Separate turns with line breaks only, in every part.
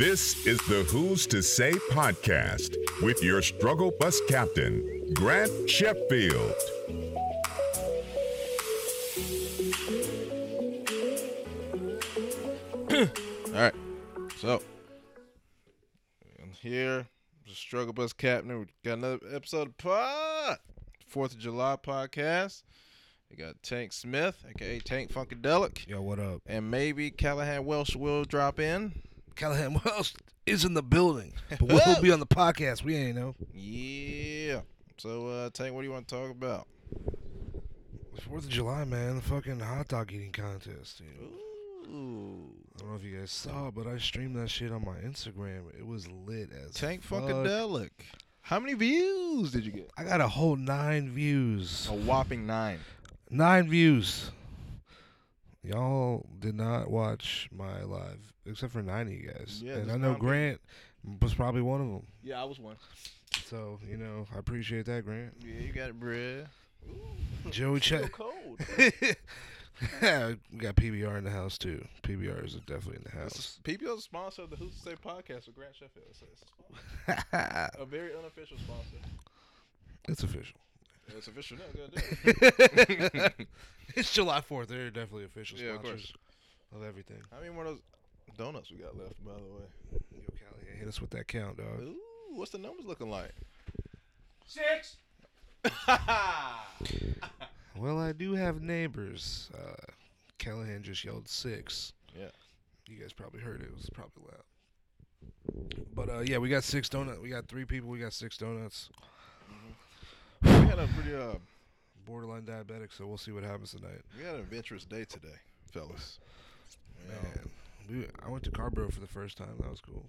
This is the Who's to Say podcast with your struggle bus captain, Grant Sheffield.
All right. So, I'm here, the Struggle Bus Captain. We got another episode of Pod, 4th of July podcast. We got Tank Smith, aka Tank Funkadelic,
Yo, what up?
and maybe Callahan Welsh will drop in.
Callahan Wells is in the building, but we'll be on the podcast. We ain't know.
Yeah. So, uh, Tank, what do you want to talk about?
It's Fourth of July, man. The fucking hot dog eating contest. You know?
Ooh.
I don't know if you guys saw, but I streamed that shit on my Instagram. It was lit as
Tank
fuck.
Funkadelic. How many views did you get?
I got a whole nine views.
A whopping nine.
Nine views. Y'all did not watch my live, except for nine of you guys.
Yeah,
and
there's
I know
nine people.
Grant was probably one of them.
Yeah, I was one.
So you know, I appreciate that, Grant.
Yeah, you got it, bruh.
Joey Chet.
cold.
yeah, we got PBR in the house too. PBR is definitely in the house.
PBL sponsor of the Who's to Say podcast with Grant Sheffield. It's a, it's a sponsor. a very unofficial sponsor.
it's official.
It's official now.
It's July Fourth. They're definitely official
Yeah, of
sponsors of, everything.
How many more of those donuts we got left, by the way?
Yo, Callahan, hit us with that count, dog.
Ooh, what's the numbers looking like?
Well, I do have neighbors. Uh, Callahan just yelled six.
Yeah.
You guys probably heard it. It was probably loud. But uh, yeah, we got six donuts. We got three people. We got six donuts.
We had a pretty uh,
Borderline diabetic, so we'll see what happens tonight.
we had an adventurous day today, fellas. You know,
Man, we, I went to Carborough for the first time. That was cool.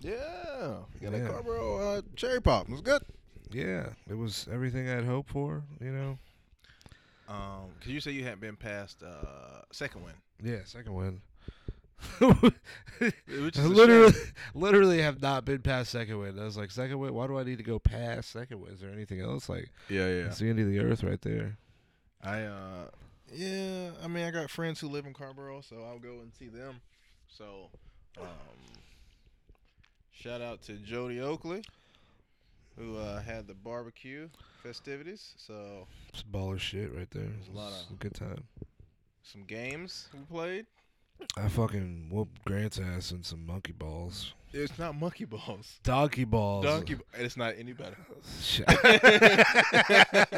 Yeah. We got
Yeah.
a Carbro uh, cherry pop. It was good.
Yeah, it was everything I'd hoped for. You know.
Um, cause you say you hadn't been past uh second win.
Yeah, second win.
Which is a
literally,
shame.
literally have not been past second win. I was like, second win. Why do I need to go past second win? Is there anything else? Like,
Yeah, yeah.
it's the end of the earth right there.
I uh yeah, I mean I got friends who live in Carborough, so I'll go and see them. So um shout out to Jody Oakley who uh, had the barbecue festivities. So
It's baller shit right there.
There's a lot
It's
of-
a good time.
some games we played.
I fucking whooped Grant's ass in some monkey balls,
It's not monkey balls.
donkey balls,
Donkey b- and it's not any better.
Shit.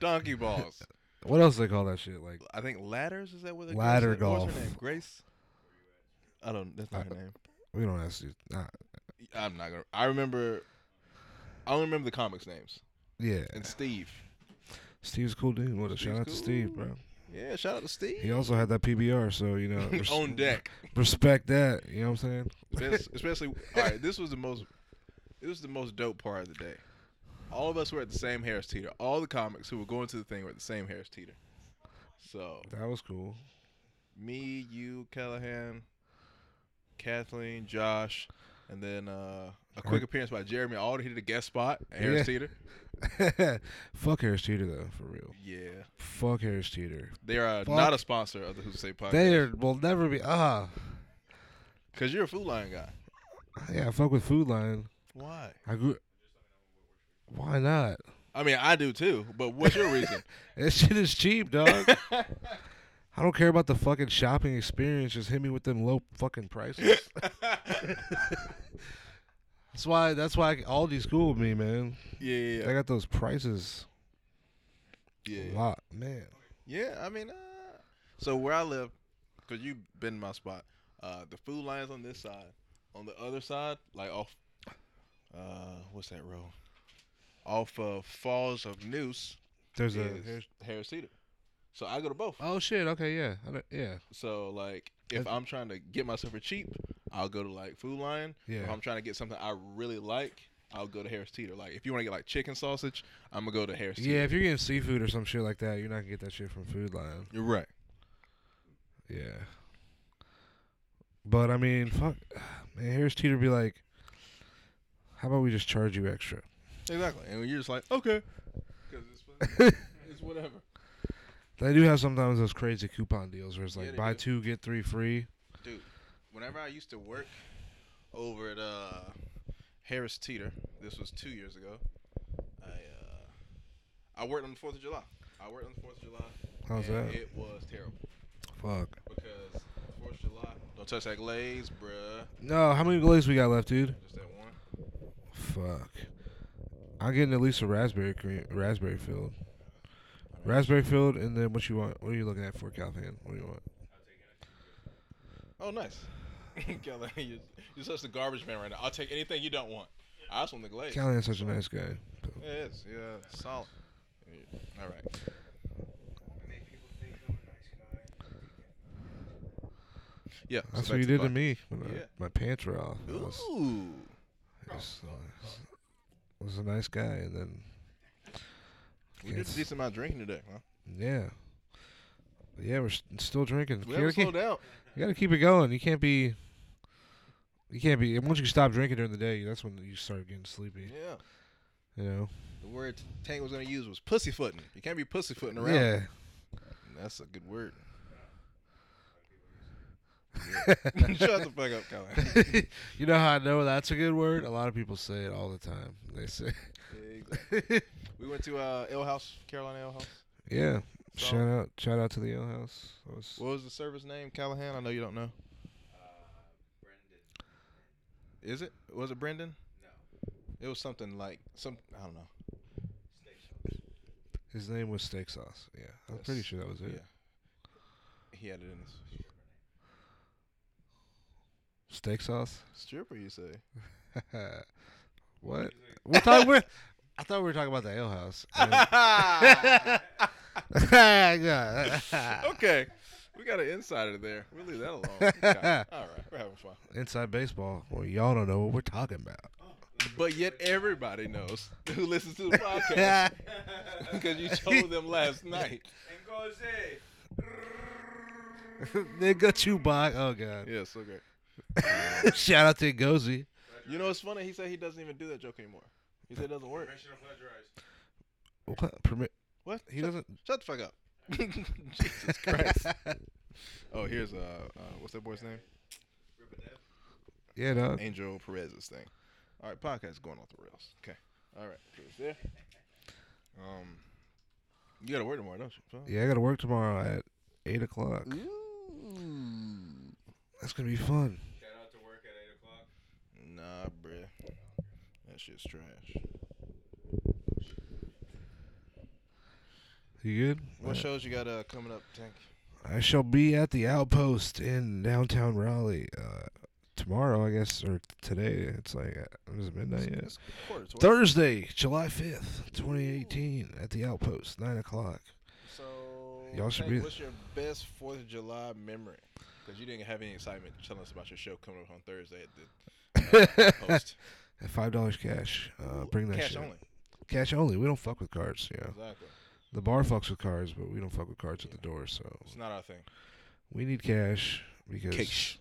Donkey balls.
what else they call that shit? Like,
I think ladders is that what they
Ladder
What's her
golf. Uh,
name? Grace. I don't. That's not her name.
we don't ask you. Nah,
I'm not gonna. I remember. I only remember the comics names
yeah,
and Steve.
Steve's a cool dude. What a shout out to
Steve's
Steve,
cool.
bro.
Yeah, shout out to Steve.
He also had that PBR, so you know, res-
On deck,
Respect that. You know what I'm saying?
Espec- especially. All right, this was the most. This was the most dope part of the day. All of us were at the same Harris Teeter. All the comics who were going to the thing were at the same Harris Teeter. So
That was cool.
me, you, Callahan, Kathleen, Josh, and then uh, a quick appearance by Jeremy Alder. He did a guest spot at Harris
Yeah.
Teeter.
Fuck Harris Teeter though, for real.
Yeah,
Fuck Harris Teeter.
they are
Fuck.
not a sponsor of the Who Say podcast.
They are, will never be. Ah,
Cause you're a Food Lion guy.
yeah. I fuck with Food Lion.
Why?
I grew. Why not?
I mean, I do too. But what's your reason?
That shit is cheap, dog. I don't care about the fucking shopping experience. Just hit me with them low fucking prices. that's why. That's why Aldi's cool with me, man.
Yeah, yeah,
I
yeah.
got those prices
yeah.
a
yeah.
lot, man.
Yeah, I mean, uh, so where I live, because you've been in my spot, uh, the food line's on this side. On the other side, like off, uh, what's that road? Off of Falls of Noose
There's
is
a.
Harris, Teeter. So I go to both.
Oh shit. Okay. Yeah. I don't- yeah.
So like, if
That's-
I'm trying to get myself for cheap, I'll go to like Food Lion. If
Yeah.
I'm trying to get something I really like, I'll go to Harris Teeter. Like if you want to get like chicken sausage, I'm gonna go to Harris Teeter.
Yeah, if you're getting seafood or some shit like that, you're not gonna get that shit from Food Lion.
you're right.
Yeah. But I mean, fuck, man. Harris Teeter be like, how about we just charge you extra?
Exactly. And you're just like, okay. Because it's, it's whatever.
They do have sometimes those crazy coupon deals where it's like
Yeah, they
buy
do.
two get three free.
Dude, whenever I used to work over at uh, Harris Teeter. This was two years ago. I uh, I worked on the Fourth of July. I worked on the Fourth of July.
How's
and
that?
It was terrible
Fuck.
because Fourth of July. Don't touch that glaze, bruh.
No, how many glaze we got left, dude?
Just that one.
Fuck. I'm getting at least a raspberry cream, raspberry filled, raspberry filled, and then what you want? What are you looking at for, Calfan? What do you want?
Oh, nice. Kelly, you- you're such the garbage man right now. I'll take anything you don't want. I just want the glaze.
Calfan's such a nice guy.
Yeah, it is. Yeah, solid. Yeah. All right. Yeah. so
That's
back
what you
the
did to
pod-
me when
Yeah.
I, my pants were off. I was,
Ooh.
was, was- was a nice guy, and then
We did a
Yes.
decent amount of drinking today, huh?
yeah, yeah, we're s- still drinking.
We
You gotta
haven't
keep-
slowed down.
You gotta keep it going. You can't be. You can't be. Once you stop drinking during the day, that's when you start getting sleepy.
Yeah.
You know.
The word Tank was going to use was pussyfooting. You can't be pussyfooting around.
Yeah.
That's a good word. Yeah. Shut the fuck up, Colin.
you know how I know that's a good word? A lot of people say it all the time. They say,
Exactly. we went to uh, Ale House, Carolina Ale House.
yeah.
So-
shout out, shout out to the ale house. That was-
What was the server's name, Callahan? I know you don't know. Is it? Was it Uh, Brendan? No. It was something like some. I don't know.
his name was steak sauce. Yeah, I'm pretty
Yes.
sure that was it.
Yeah. He had it in his
Steak sauce.
stripper. You say?
what? We thought we're. I thought we were talking about the ale house. Yeah.
okay. We got an insider there. We'll leave that alone. Okay. All right, we're having fun.
Inside baseball. Well, y'all don't know what we're talking about.
But yet everybody knows who listens to the podcast because you told them last night.
Nigga Chewbacca. Oh god.
Yes, okay.
Shout out to Ngozi.
You know what's funny? He said he doesn't even do that joke anymore. He said it doesn't work.
What? Permit.
What?
He doesn't.
Shut the fuck up. Jesus Christ. oh, here's uh, uh what's that boy's name?
Yeah, dog.
Angel Perez's thing. All right, podcast going off the rails. Okay. All right. so it's there. Um, you got to work tomorrow, don't you?
Yeah, I gotta work tomorrow at eight o'clock.
Ooh.
That's gonna be fun.
Nah, bruh. That shit's trash.
You good?
What shows you got uh coming up, Tank?
I shall be at the Outpost in downtown Raleigh uh, tomorrow, I guess, or today. It's like uh, is it midnight yet?
It's quarter to twelve.
Thursday, July fifth, twenty eighteen, at the Outpost, nine o'clock.
So,
Y'all should
Tank,
be-
what's your best Fourth of July memory? Because you didn't have any excitement telling us about your show coming up on Thursday at the uh, post.
At five dollars cash. Uh, bring that
Cash
shit.
only.
Cash only. We don't fuck with cards. Yeah.
Exactly.
The bar fucks with cards, but we don't fuck with cards at the door. So
It's not our thing.
we need cash because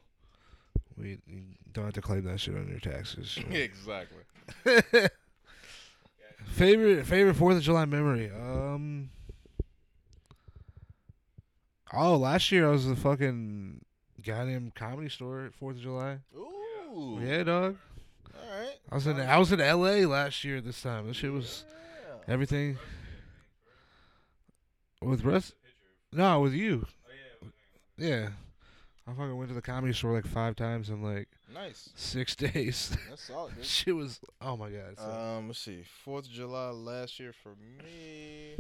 we you don't have to claim that shit on your taxes. you know.
exactly.
favorite favorite Fourth of July memory. Um. Oh, last year I was at the fucking goddamn comedy store at Fourth of July.
Ooh.
Yeah, dog.
All right.
I was in I was in L.A. last year. This time, this shit was
Yeah.
everything. With Russ? No, with you.
Oh,
Yeah. I fucking went to the comedy store like five times in like
Nice.
six days.
That's solid. Dude.
Shit was oh my god. it's like-
Um, let's see. Fourth of July last year for me.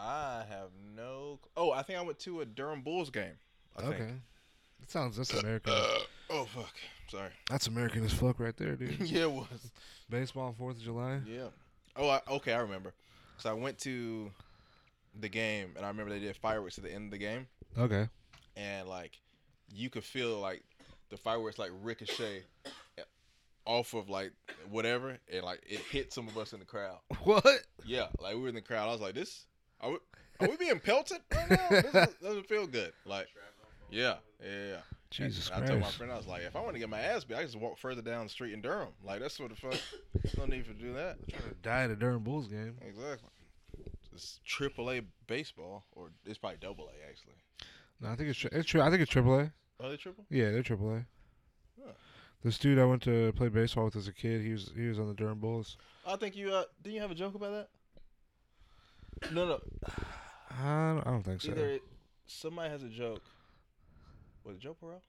I have no. cl- Oh, I think I went to a Durham Bulls game. I
okay.
Think.
That sounds that's American.
Uh, oh fuck. Sorry.
that's American as fuck right there, dude.
yeah, it was.
Baseball Fourth of July.
Yeah. Oh, I, okay. I remember. So I went to the game, and I remember they did fireworks at the end of the game.
Okay.
and like you could feel like the fireworks like ricochet off of like whatever and like it hit some of us in the crowd
What?
yeah like we were in the crowd i was like this are we, are we being pelted right now this is- doesn't feel good like yeah yeah yeah
Jesus
and I told my
Christ.
friend, I was like, if I want to get my ass beat, I can just walk further down the street in Durham. Like, that's what the fuck. There's no need for do that.
Die at a Durham Bulls game.
Exactly. It's triple A baseball, or it's probably double A, actually.
No, I think it's tri- it's true. I think it's AAA.
Are they triple?
Yeah, they're AAA.
Huh.
This dude I went to play baseball with as a kid, he was he was on the Durham Bulls.
I think you uh, didn't you have a joke about that? No, no.
I don't, I don't think so.
Either somebody has a joke. Was it Joe Perot?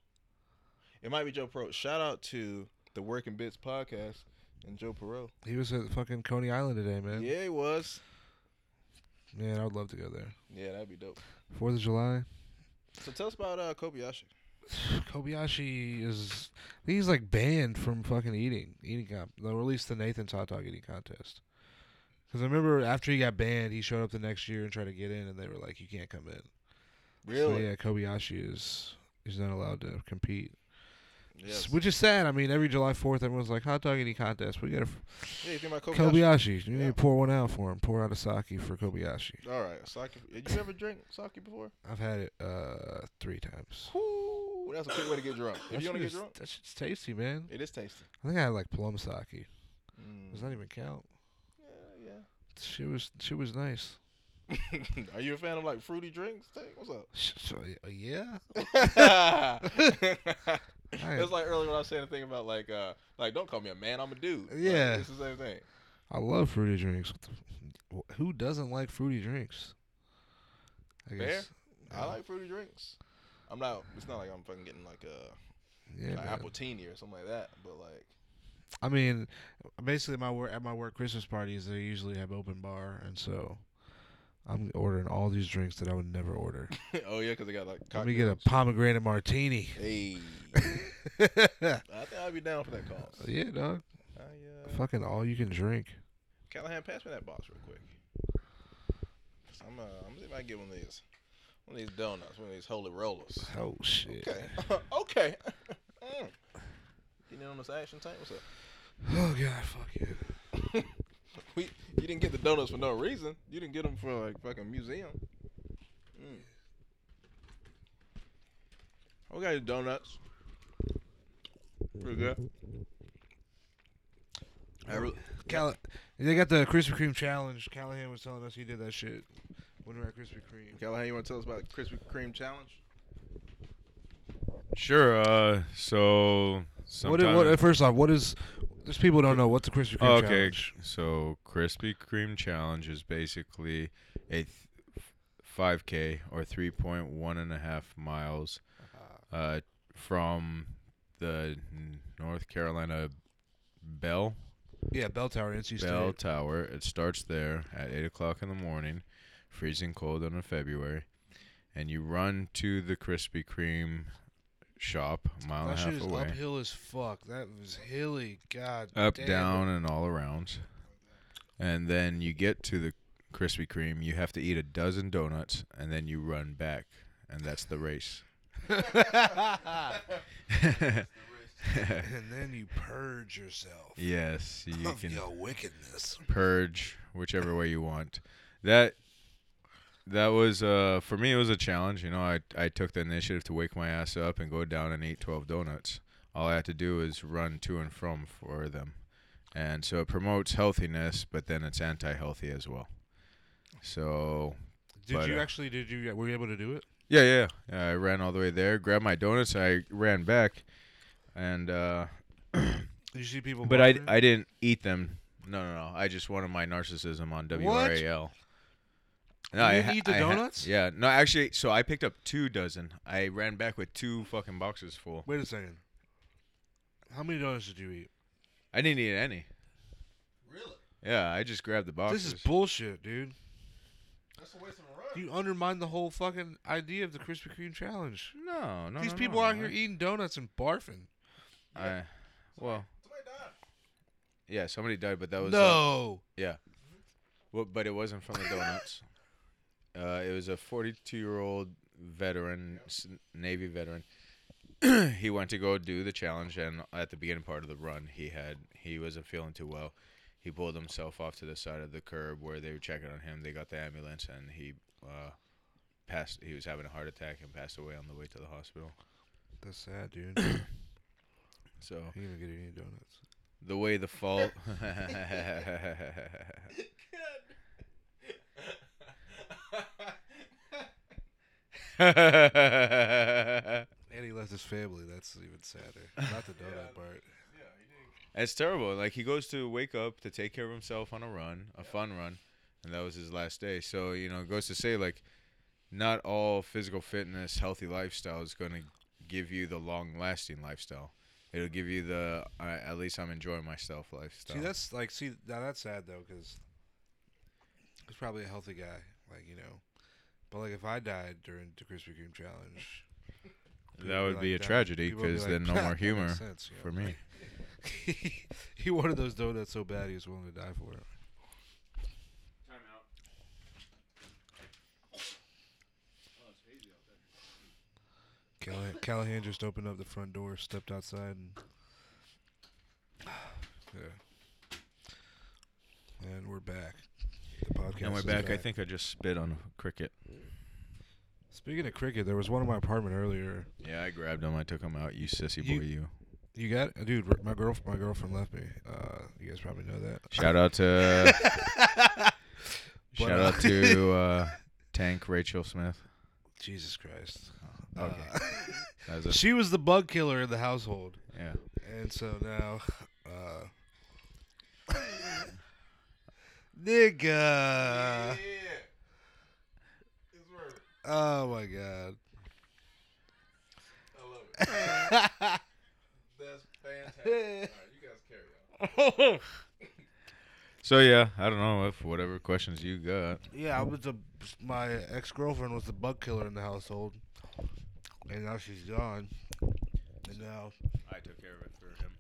It might be Joe Perot. Shout out to the Working Bits podcast and Joe Perot.
He was at fucking Coney Island today, man.
Yeah, he was.
Man, I would love to go there.
Yeah, that'd be dope.
Fourth of July.
So tell us about uh, Kobayashi.
Kobayashi is he's like banned from fucking eating eating comp. They released the Nathan's hot dog eating contest. Because I remember after he got banned, he showed up the next year and tried to get in, and they were like, "You can't come in." So
Really?
yeah, Kobayashi is he's not allowed to compete,
Yes.
which is sad. I mean, every July Fourth, everyone's like hot dog eating contest. We got to
Yeah, you think about Kobayashi?
Kobayashi. You need
Yeah.
to pour one out for him. Pour out a sake for Kobayashi.
All right, sake. Did you ever drink sake before?
I've had it uh three times.
Whoo, that's a quick way to get drunk. If
That
you want to
shit
get
is-
drunk,
that shit's tasty, man.
it is tasty.
I think I had like plum sake. Does
Mm.
that even count?
Yeah,
She was she was nice.
yeah. Are you a fan of like fruity drinks? Tank? What's up?
Sh- So, yeah.
it was like earlier when I was saying the thing about like, uh, like don't call me a man, I'm a dude. Like,
Yeah.
it's the same thing.
I love fruity drinks. What the f- wh- Who doesn't like fruity drinks? I
Fair.
guess.
I
Yeah.
like fruity drinks. I'm not. It's not like I'm fucking getting like a
uh, Yeah.
like
man.
apple teeny or something like that. But like,
I mean, basically, my work at my work Christmas parties they usually have open bar, and so I'm ordering all these drinks that I would never order.
oh yeah, because they got like.
Let me get a
cocktails.
pomegranate martini.
Hey,
yeah,
I think I'd be down for that cause.
Oh, dog.
I, uh,
Fucking all you can drink.
Callahan, pass me that box real quick. 'Cause I'm, uh, I'm gonna see if I can get one of these, one of these donuts, one of these holy rollers.
Oh shit.
Okay, okay. Mm. Getting in on this action tank. What's up?
Oh god, fuck you.
We, you didn't get the donuts for no reason. You didn't get them for like fucking museum. Mm. We got your donuts. Pretty good. I really,
Call- they got the Krispy Kreme challenge. Callahan was telling us he did that shit when we were at Krispy Kreme.
Callahan, you want to tell us about the Krispy Kreme challenge?
Sure. Uh, so
What, i-
sometime,
what? uh, First off, what is? Just people don't know what's a Krispy Kreme
Oh, okay.
challenge.
So Krispy Kreme challenge is basically a five k or three point one and a half miles,
Uh-huh.
uh, from the North Carolina Bell
Yeah, Bell Tower, NC State.
Bell Tower. It starts there at eight o'clock in the morning, freezing cold on a February, and you run to the Krispy Kreme shop a mile
that
and a
shit
half
is
away.
uphill as fuck. That was hilly. God.
up,
damn.
down, and all around. And then you get to the Krispy Kreme. You have to eat a dozen donuts, and then you run back, and that's the race.
And then you purge yourself
yes, you
of
can
your wickedness.
purge whichever way you want. That that was uh for me it was a challenge. You know, I I took the initiative to wake my ass up and go down and eat twelve donuts. All I had to do is run to and from for them. And so it promotes healthiness, but then it's anti healthy as well. So
Did
But,
you
uh,
actually? Did you? Were you able to do it?
yeah, yeah. yeah. I ran all the way there, grabbed my donuts, I ran back and uh
Did you see people?
but I,
walking?
I didn't eat them. No, no, no. I just wanted my narcissism on WRAL. No,
You
I
didn't
ha-
eat the
I ha-
donuts?
yeah, no, actually, so I picked up two dozen. I ran back with two fucking boxes full.
Wait a second. How many donuts did you eat?
I didn't eat any.
Really?
Yeah, I just grabbed the boxes.
This is bullshit, dude.
That's a waste of a run.
You undermine the whole fucking idea of the Krispy Kreme challenge.
no, no.
These
no,
people
no.
out here eating donuts and barfing.
I, well,
Somebody died.
yeah, somebody died,
Oh,
but that was uh,
No.
yeah, well, but it wasn't from the donuts. uh, it was a 42-year-old veteran, s- Navy veteran. he went to go do the challenge, and at the beginning part of the run, he had he wasn't feeling too well. He pulled himself off to the side of the curb where they were checking on him. They got the ambulance, and he uh, passed. He was having a heart attack and passed away on the way to the hospital.
That's sad, dude. you didn't
So
even get any donuts.
the way the fall.
Good.
And he left his family. That's even sadder. Not the donut part.
It's terrible. Like he goes to wake up to take care of himself on a run, a fun run, and that was his last day. So you know, it goes to say like, not all physical fitness, healthy lifestyle is going to give you the long-lasting lifestyle. It'll give you the uh, at least I'm enjoying myself lifestyle.
See, that's like, see, now that's sad though, because he's probably a healthy guy, like you know. But like, if I died during the Krispy Kreme challenge,
that
people
would
like,
be a
"Damn,"
tragedy
people would be
because
like,
then no
"That
more
makes
humor
sense," you know,
for me.
like, he wanted those donuts so bad he was willing to die for it. Callahan, Callahan just opened up the front door, stepped outside, and yeah, and we're back. The podcast.
And we're
is
back. I think I just spit on a cricket.
Speaking of cricket, there was one in my apartment earlier.
Yeah, I grabbed him. I took him out. You sissy
You-
boy, you.
You got dude. r- My girl, my girlfriend left me. Uh, you guys probably know that.
Shout out to shout
But, uh,
out to uh, Tank Rachel Smith.
Jesus Christ.
Okay. That was a-
Uh, she was the bug killer in the household,
yeah.
and so now, uh,
Uh.
nigga. Oh my god.
That's fantastic. All right, you guys carry on.
So yeah, I don't know if whatever questions you got.
Yeah, I was a my ex girlfriend was the bug killer in the household, and now she's gone, and now
I took care of it for him.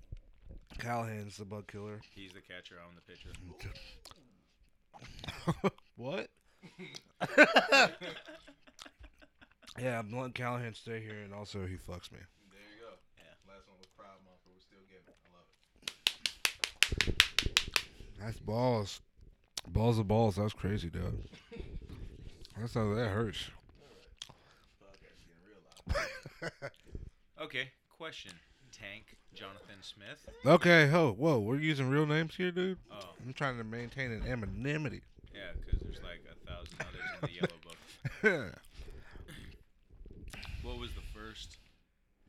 Callahan's the bug killer.
He's the catcher on the pitcher.
what? yeah, I'm letting Callahan stay here, and also he fucks me.
There you go. Last one was proud, motherfucker. We're still giving. I love it.
That's balls, balls of balls. That was crazy, dude. That's how that hurts.
Okay, question. Tank Jonathan Smith.
Okay, ho, whoa, we're using real names here, dude.
Oh.
I'm trying to maintain an anonymity.
Yeah, because there's like a thousand others in the yellow book. What was the first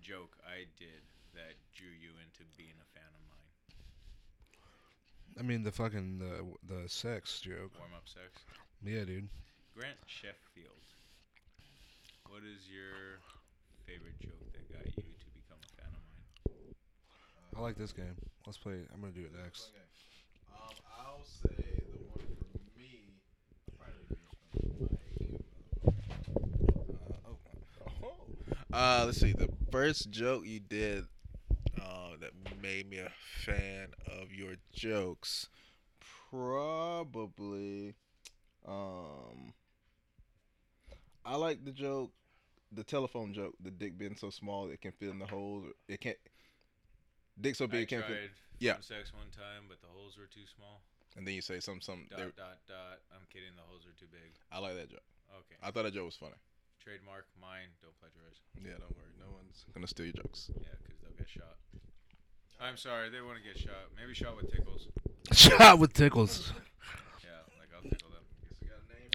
joke I did that drew you into being a fan of
I
mine?
mean the fucking the the sex joke.
Warm up sex.
Yeah, dude.
Grant Sheffield. What is your favorite joke that got you to become a fan of mine?
I like this game. Let's play. it. I'm gonna do it next.
Okay. Um, I'll say the one for me. Probably be uh, oh. uh, let's see. The first joke you did uh, that made me a fan of your jokes, probably. Um, I like the joke, the telephone joke. The dick being so small it can fit in the holes. or- It can't. Dick so big
I
it can't fit.
tried
Yeah.
phone sex one time, but the holes were too small.
And then you say some some.
Dot
there-
dot dot. I'm kidding. The holes are too big.
I like that joke.
Okay.
I thought that joke was funny.
Trademark mine. Don't plagiarize.
Yeah, don't worry. No one's gonna steal your jokes.
Yeah, because they'll get shot. I'm sorry. They want to get shot. Maybe shot with tickles.
Shot with tickles.
Yeah, like I'll tickle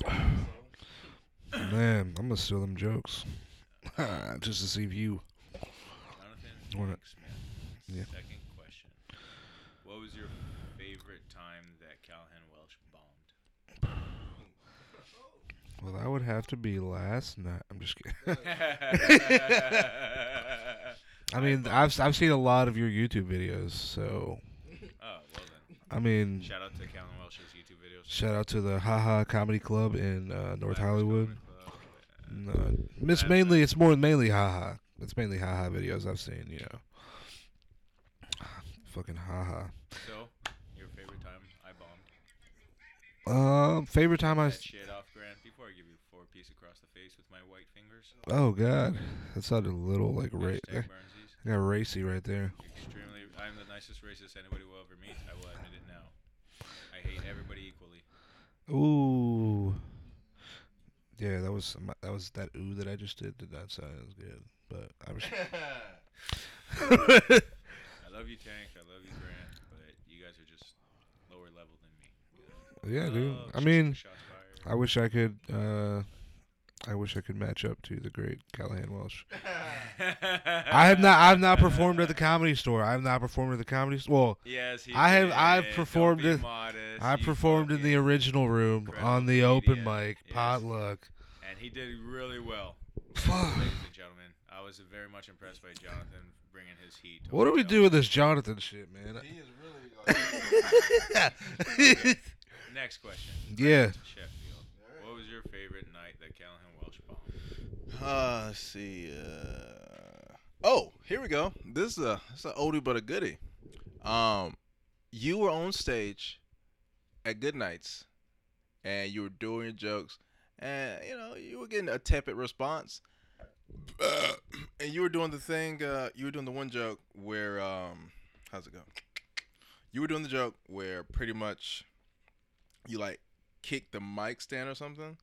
them.
Man, I'm gonna steal them jokes just to see if you.
Jonathan
All right.
Frank Smith.
Yeah.
Second question. What was your favorite time that Callahan Welsh bombed?
Well, that would have to be last night. I'm just kidding. I mean, I've I've seen a lot of your YouTube videos, so
oh, well then.
I mean,
Shout out to Callahan Welsh's YouTube videos.
shout out to the Haha Comedy Club in uh, North Hollywood.
uh,
Mm. No, it's
That's
mainly it's more mainly haha. It's mainly haha videos I've seen. You know, fucking haha.
So, your favorite time I bombed
Um, favorite time I.
that shit off Grant before I give you four piece across the face with my white fingers.
Oh God, that sounded a little like right.
Hashtag Burnsies.
I got racy right there.
Extremely. I'm the nicest racist anybody will ever meet. I will admit it now. I hate everybody equally.
Ooh. Yeah, that was my- that was that ooh that I just did did not sound as good, but I was.
I love you, Tank. I love you, Grant. But you guys are just lower level than me. Oh,
yeah, dude.
Love,
I mean,
shots fired.
I wish I could. uh I wish I could match up to the great Callahan Welsh. I have not. I've not performed at the comedy store. I've not performed at the comedy store. Well,
Yes, he
I have-
did.
I've
Don't
performed
be
it-
modest,
I
you
performed in the
fucking-
original room
incredible
on the open
comedian.
mic
Yes.
potluck.
and he did really well.
Fuck.
Ladies and gentlemen, I was very much impressed by Jonathan bringing his heat. to
What do we
himself.
do with this Jonathan shit, man?
He is really like,
Next question.
yeah.
Sheffield. What was your favorite night that Callahan Welsh bombed?
Uh, let's see. Uh, oh, here we go. This is a it's an oldie but a goodie. Um, you were on stage at Goodnights, and you were doing your jokes, and you know you were getting a tepid response. and you were doing the thing. Uh, you were doing the one joke where um, how's it go? You were doing the joke where pretty much you like kicked the mic stand or something.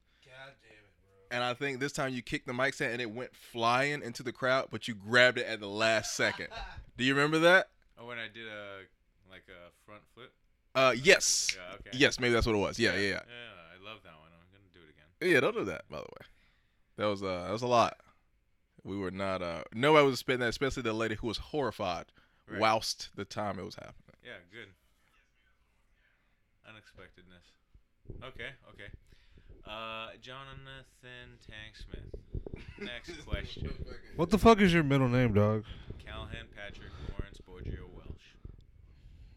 And I think this time you kicked the mic stand and it went flying into the crowd, but you grabbed it at the last second. Do you remember that?
Oh, when I did a like a front flip.
Uh, yes.
Yeah. Okay.
Yes, maybe that's what it was. Yeah, yeah,
Yeah, I love that one. I'm gonna do it again.
yeah. Yeah, don't do that, by the way. That was uh, that was a lot. We were not uh, nobody was expecting that, especially the lady who was horrified
Right.
whilst the time it was happening.
Yeah, good. Unexpectedness. Okay, okay. Uh, Jonathan Tanksmith. Next question.
What the fuck is your middle name, dog?
Callahan Patrick Lawrence Borgio Welsh.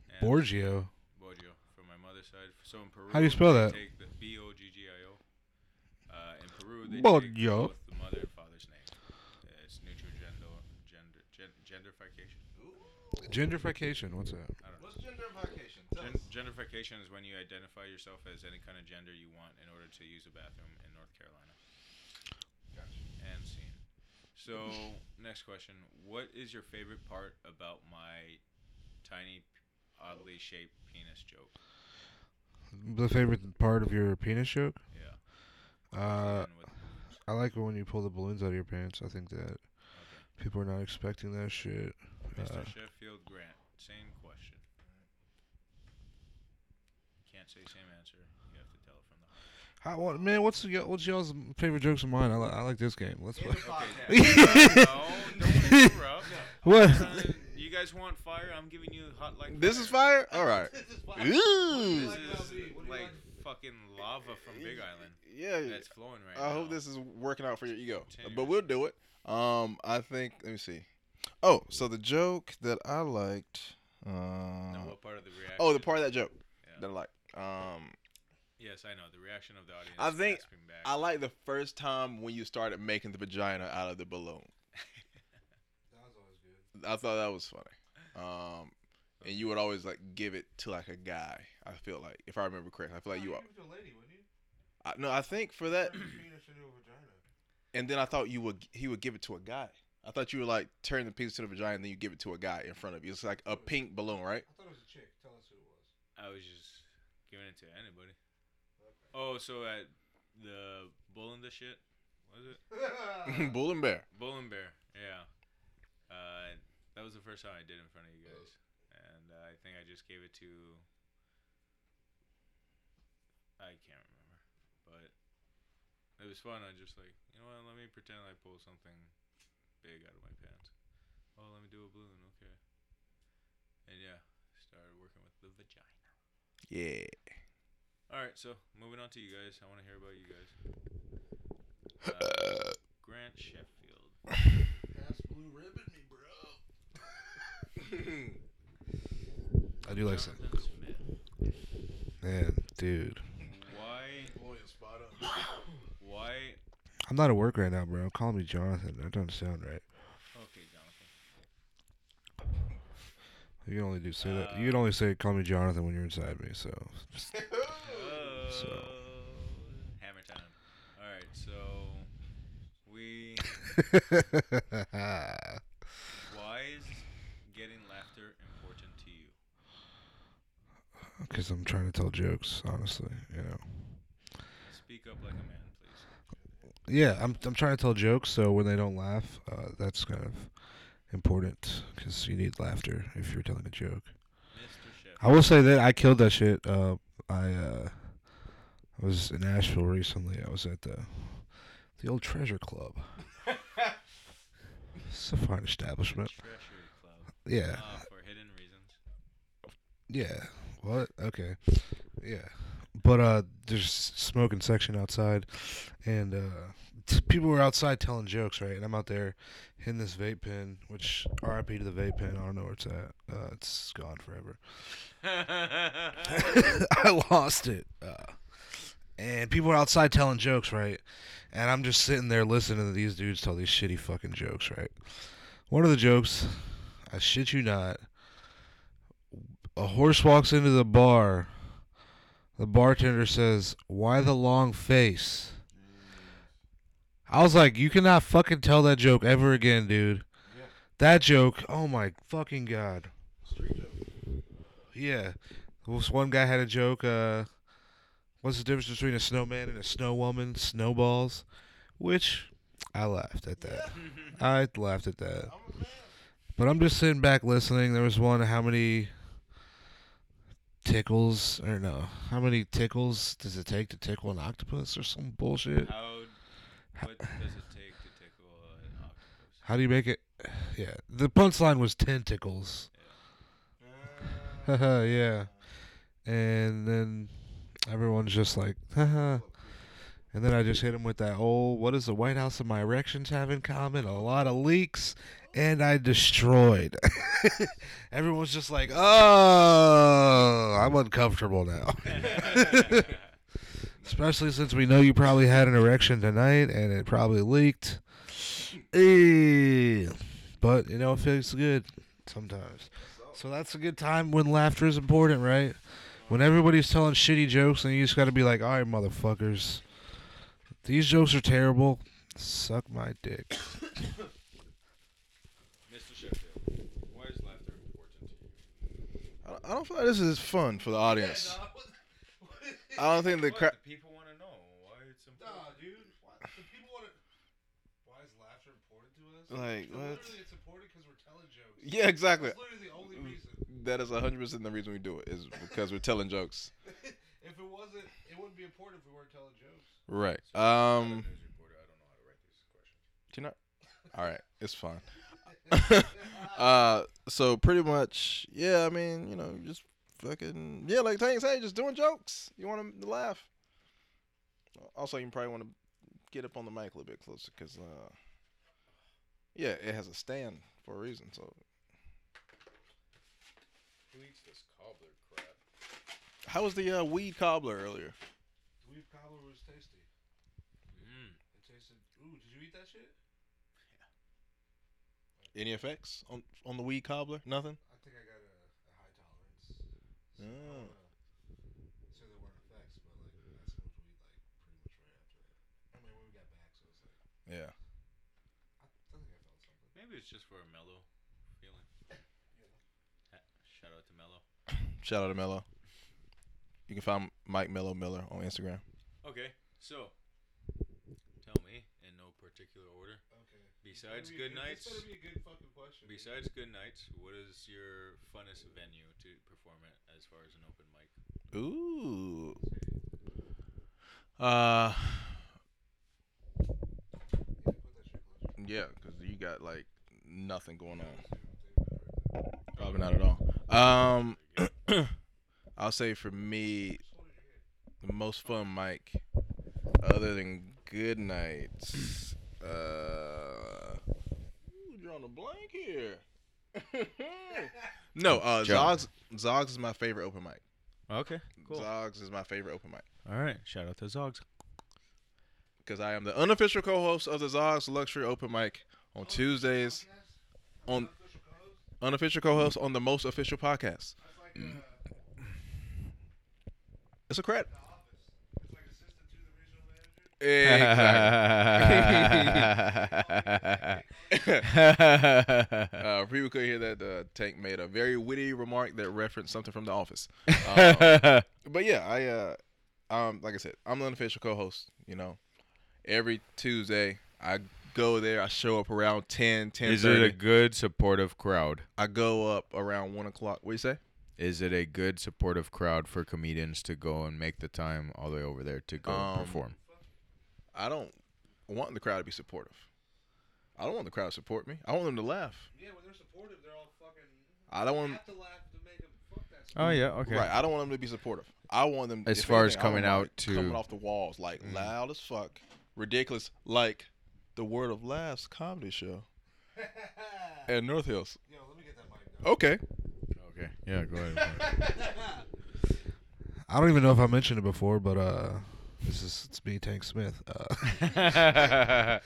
And
Borgio.
Borgio from my mother's side. So in Peru,
How do you spell
they
that?
Take the B O G G I O. Uh, in Peru, they take
Borgio.
both the mother and father's name. Uh, it's neutral gender, gender, gen, genderification.
Genderfication. What's that?
What's genderfication?
Gen- gentrification is when you identify yourself as any kind of gender you want in order to use a bathroom in North Carolina. And scene. So, next question. What is your favorite part about my tiny, oddly shaped penis joke?
The favorite part of your penis joke?
Yeah.
Uh,
And with boobs.
I like it when you pull the balloons out of your pants. I think that people are not expecting that shit.
Mr.
Uh,
Sheffield Grant, same question. You can't say same answer. You have to tell it from the heart.
how, what, man, what's y- what's y'all's favorite jokes of mine? I, li- I like this game. Let's play.
Okay. no, don't interrupt.
What?
Uh, you guys want fire? I'm giving you hot like
This is fire. All right. Ooh.
This is like fucking lava from Big Island.
Yeah.
That's flowing right now.
I hope this is working out for your ego,
Ten
but we'll do it. Um, I think. Let me see. Oh, so the joke that I liked. Uh,
Now, what part of the reaction?
oh, the part of that joke
Yeah.
that I liked. Um,
Yes, I know the reaction of the audience.
I think
gasping back.
I like the first time when you started making the vagina out of the balloon. I thought that was funny. Um, and you would always like give it to like a guy. I feel like, if I remember correctly, I feel like you. al- I, no, I think for that, and then I thought you would he would give it to a guy. I thought you would like turn the piece to the vagina, and then you give it to a guy in front of you. It's like a pink balloon, right?
I was just giving it to anybody. Oh, so at the bull and the shit was it?
Uh-huh.
Bull and bear.
Bull and bear, yeah. Uh, that was the first time I did in front of you guys, and uh, I think I just gave it to. I can't remember, but it was fun. I just like you know what? Let me pretend I pulled something big out of my pants. Oh, let me do a balloon, okay? And yeah, started working with the vagina.
Yeah.
All right, so moving on to you guys. I want to hear about you guys. Uh, Grant Sheffield.
I do like that.
Jonathan Smith.
Man, dude.
Why? Why?
I'm not at work right now, bro. Call me Jonathan. That doesn't sound right.
Okay, Jonathan.
You can only do say that. You can only say call me Jonathan when you're inside me. So
Oh,
So-
hammer time. All right, so we. Why is getting laughter important to you?
because I'm trying to tell jokes, honestly, you know.
Speak up like a man, please.
Yeah, I'm I'm trying to tell jokes, so when they don't laugh, uh, that's kind of important because you need laughter if you're telling a joke.
Mr. Sheffield.
I will say that I killed that shit. Uh, I uh, I was in Nashville recently. I was at the The old Treasure Club. it's a fine establishment.
Treasury Club.
Yeah.
Ah,
Uh, for hidden reasons.
Yeah. What? Okay. Yeah. But uh there's smoking section outside and uh t- people were outside telling jokes, right? And I'm out there hitting this vape pen, which RIP to the vape pen, I don't know where it's at. Uh it's gone forever. I lost it. Uh, and people were outside telling jokes, right? And I'm just sitting there listening to these dudes tell these shitty fucking jokes, right? One of the jokes, I shit you not, a horse walks into the bar. The bartender says, Why the long face? I was like, You cannot fucking tell that joke ever again, dude. That joke, oh my fucking god. Yeah. This one guy had a joke. Uh, what's the difference between a snowman and a snow woman? Snowballs, which I laughed at that. I laughed at that. But I'm just sitting back listening. There was one. How many tickles or no? How many tickles does it take to tickle an octopus or some bullshit?
How? What does it take to tickle an octopus?
How do you make it? Yeah, the punchline was tentacles. Haha, yeah. And then everyone's just like, haha. And then I just hit him with that old, what does the White House and my erections have in common? A lot of leaks. And I destroyed. Everyone's just like, oh, I'm uncomfortable now. Especially since we know you probably had an erection tonight and it probably leaked. Eh, But you know, it feels good sometimes. So that's a good time when laughter is important, right? When everybody's telling shitty jokes and you just got to be like, all right, motherfuckers, these jokes are terrible. Suck my dick.
Mr. Sheffield, why is laughter important to you?
I- I don't feel like this is fun for the audience. I don't think the
What?
crowd.
The people want to know why it's important.
dude. Why, people want to, why is laughter important to
Like, what?
it's important because we're telling jokes.
Yeah, exactly.
literally the only
reason. That is 100% the reason we do it, is because we're telling jokes.
if it wasn't, it wouldn't be important if we weren't telling jokes.
Right. Um.
News reporter, I don't know how to write these questions.
Do you not? All right, it's fine. uh, so pretty much, yeah. I mean, you know, just fucking, yeah. Like Tank said, just doing jokes. You want to laugh. Also, you probably want to get up on the mic a little bit closer, cause uh, yeah, it has a stand for a reason. So
Who eats this cobbler crap?
how was the uh, weed cobbler earlier?
The weed cobbler was tasty.
Hmm.
It tasted. Ooh, did you eat that shit?
Any effects on on the weed cobbler? Nothing.
I think I got a, a high tolerance. So,
Oh.
so there weren't effects, but like I smoked weed like pretty much right after that. I mean, when we got back, so it's like
Yeah.
I think I felt something.
Maybe it's just for a mellow feeling. Ha- Shout out to Mellow.
Shout out to Mello. You can find Mike Mello Miller on Instagram.
Okay, so tell me in no particular order.
Okay.
Besides good nights,
This better be a good fucking question.
besides good nights, what is your funnest venue to perform at as far as an open mic?
Ooh. Uh. Yeah, because you got like nothing going on. Probably not at all. Um, I'll say for me, the most fun mic, other than good nights. Uh, ooh, drawing a blank here. no, uh,
John.
Zogs. Zogs is my favorite open mic.
Okay,
Zogs is my favorite open mic
All right, shout out to Zogs.
because I am the unofficial co-host of the Zogs Luxury Open Mic on Tuesdays. On unofficial co-host on the most official podcast. Mm. It's a credit. Exactly. uh, people could hear that uh, Tank made a very witty remark that referenced something from The Office.
Oh,
Um, but yeah, I uh, um, like I said, I'm the unofficial co-host. You know, every Tuesday I go there. I show up around 10, 10
Is it a good supportive crowd?
I go up around one o'clock. What do you say?
Is it a good supportive crowd for comedians to go and make the time all the way over there to go
Um,
perform?
I don't want the crowd to be supportive. I don't want the crowd to support me. I want them to laugh.
Yeah, when they're supportive, they're all fucking.
I don't want them,
to laugh to make them fuck that.
Oh yeah. Okay.
right. I don't want them to be supportive. I want them.
As
if
far as
anything, I want
coming out
them coming
to- Mm.
off the walls like loud as fuck, ridiculous like the word of last comedy show at North Hills.
Yo, let me get that mic.
Okay,
Okay. Yeah. Go ahead.
I don't even know if I mentioned it before, but uh, this is it's me, Tank Smith. Uh, I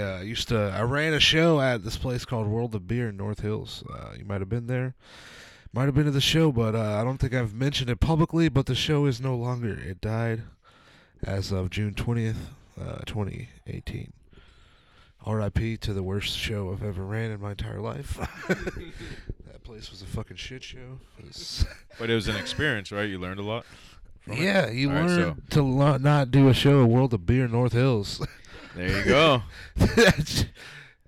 uh, used to I ran a show at this place called World of Beer in North Hills. Uh, you might have been there, might have been to the show, but uh, I don't think I've mentioned it publicly. But the show is no longer. It died as of June twentieth, uh, twenty eighteen. R.I.P. to the worst show I've ever ran in my entire life. that place was a fucking shit show. It was-
but it was an experience, right? You learned a lot. from it?
yeah, you
All right,
learned
so-
to lo- not do a show at World of Beer North Hills.
There you go.
That's-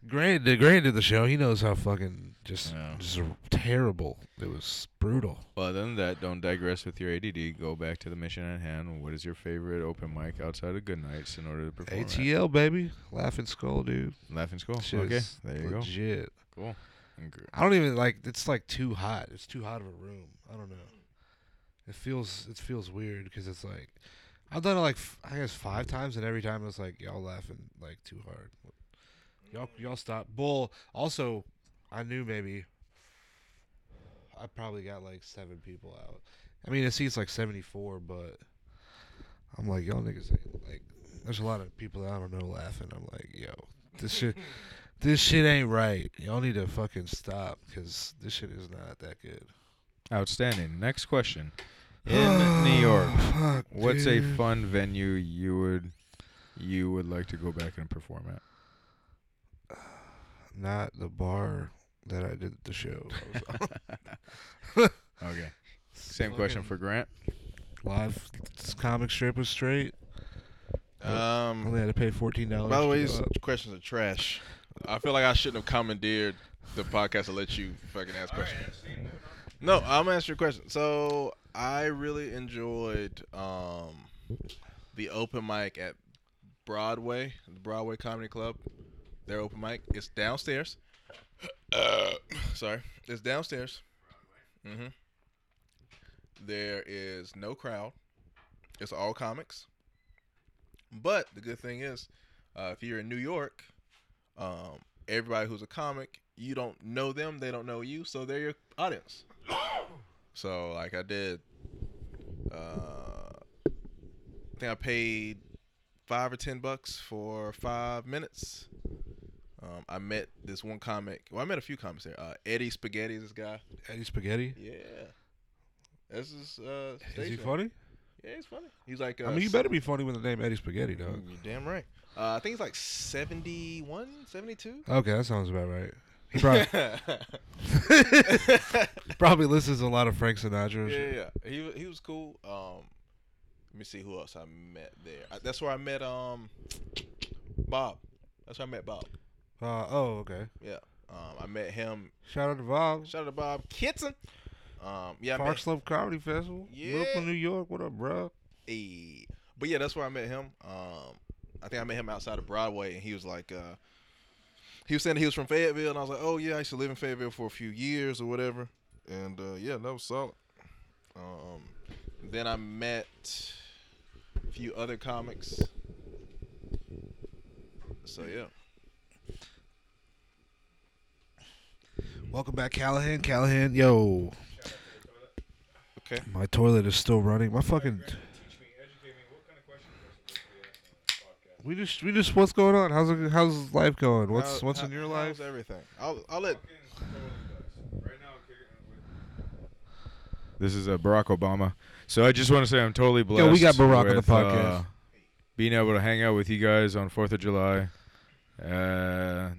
Grant did Grant did the show. He knows how fucking just
Yeah.
just terrible. It was brutal.
Well, other than that, don't digress with your ADD. Go back to the mission at hand. What is your favorite open mic outside of Good Nights in order to perform? at?
ATL baby, laughing skull dude.
Laughing Skull.
Shit
okay,
is
there you go.
legit.
Cool. Ingr-
I don't even like. It's like too hot. It's too hot of a room. I don't know. It feels it feels weird because it's like I've done it like f- I guess five times and every time it's like y'all laughing like too hard. Y'all y'all stop. Bull. Also, I knew maybe I probably got like seven people out. I mean, it seats like seventy four, but I'm like y'all niggas ain't like. There's a lot of people that I don't know laughing. I'm like, yo, this shit this shit ain't right. Y'all need to fucking stop because this shit is not that good.
Outstanding. Next question. In New York,
Fuck,
what's
dude.
a fun venue you would you would like to go back and perform at?
not the bar that I did the show. I was on.
Okay. Same question for
Fucking
Grant.
live comic strip was straight.
Um,
Only had to pay fourteen dollars.
by the way, these questions are trash. I feel like I shouldn't have commandeered the podcast to let you fucking ask questions. No, I'm gonna ask you a question. So I really enjoyed um, the open mic at Broadway, the Broadway Comedy Club. Their open mic. It's downstairs. Uh, sorry, it's downstairs. Mm-hmm. There is no crowd. It's all comics. But the good thing is, uh, if you're in New York, um, everybody who's a comic, you don't know them, they don't know you, so they're your audience. so like I did, uh, I think I paid five or ten bucks for five minutes. Um, I met this one comic. Well, I met a few comics there. Uh, Eddie Spaghetti, is this guy.
Eddie Spaghetti.
Yeah, this is. Uh,
Is he
station.
funny?
Yeah, he's funny. He's like. Uh,
I mean, you better be funny with the name Eddie Spaghetti, dog.
You're damn right. Uh, I think he's like 71, 72.
Okay, that sounds about right. He probably, probably listens to a lot of Frank Sinatra. and
Yeah,
shit.
yeah, yeah. He wa- he was cool. Um, let me see who else I met there. I, that's where I met um Bob. That's where I met Bob.
Uh, oh, okay.
Yeah. Um, I met him.
Shout out to Bob.
Shout out to Bob Kitson. Um, yeah, I met,
Park Slope Comedy Festival,
Yeah.
Brooklyn, New York. What up, bro?
Ayy. But yeah, that's where I met him. Um, I think I met him outside of Broadway, and he was like, uh, he was saying he was from Fayetteville, and I was like, oh yeah, I used to live in Fayetteville for a few years or whatever. And uh, yeah, that was solid. Um, then I met a few other comics. So yeah,
Welcome back, Callahan. Callahan, yo,
okay.
my toilet is still running. My fucking. We just, we just, what's going on? How's it, how's life going? What's,
How-
what's
how-
in your
how's
life?
Everything. I'll, I'll let.
This is uh, Barack Obama. So I just want to say I'm totally blessed.
Yo, we got Barack on the
with,
podcast.
uh, being able to hang out with you guys on Fourth of July, uh,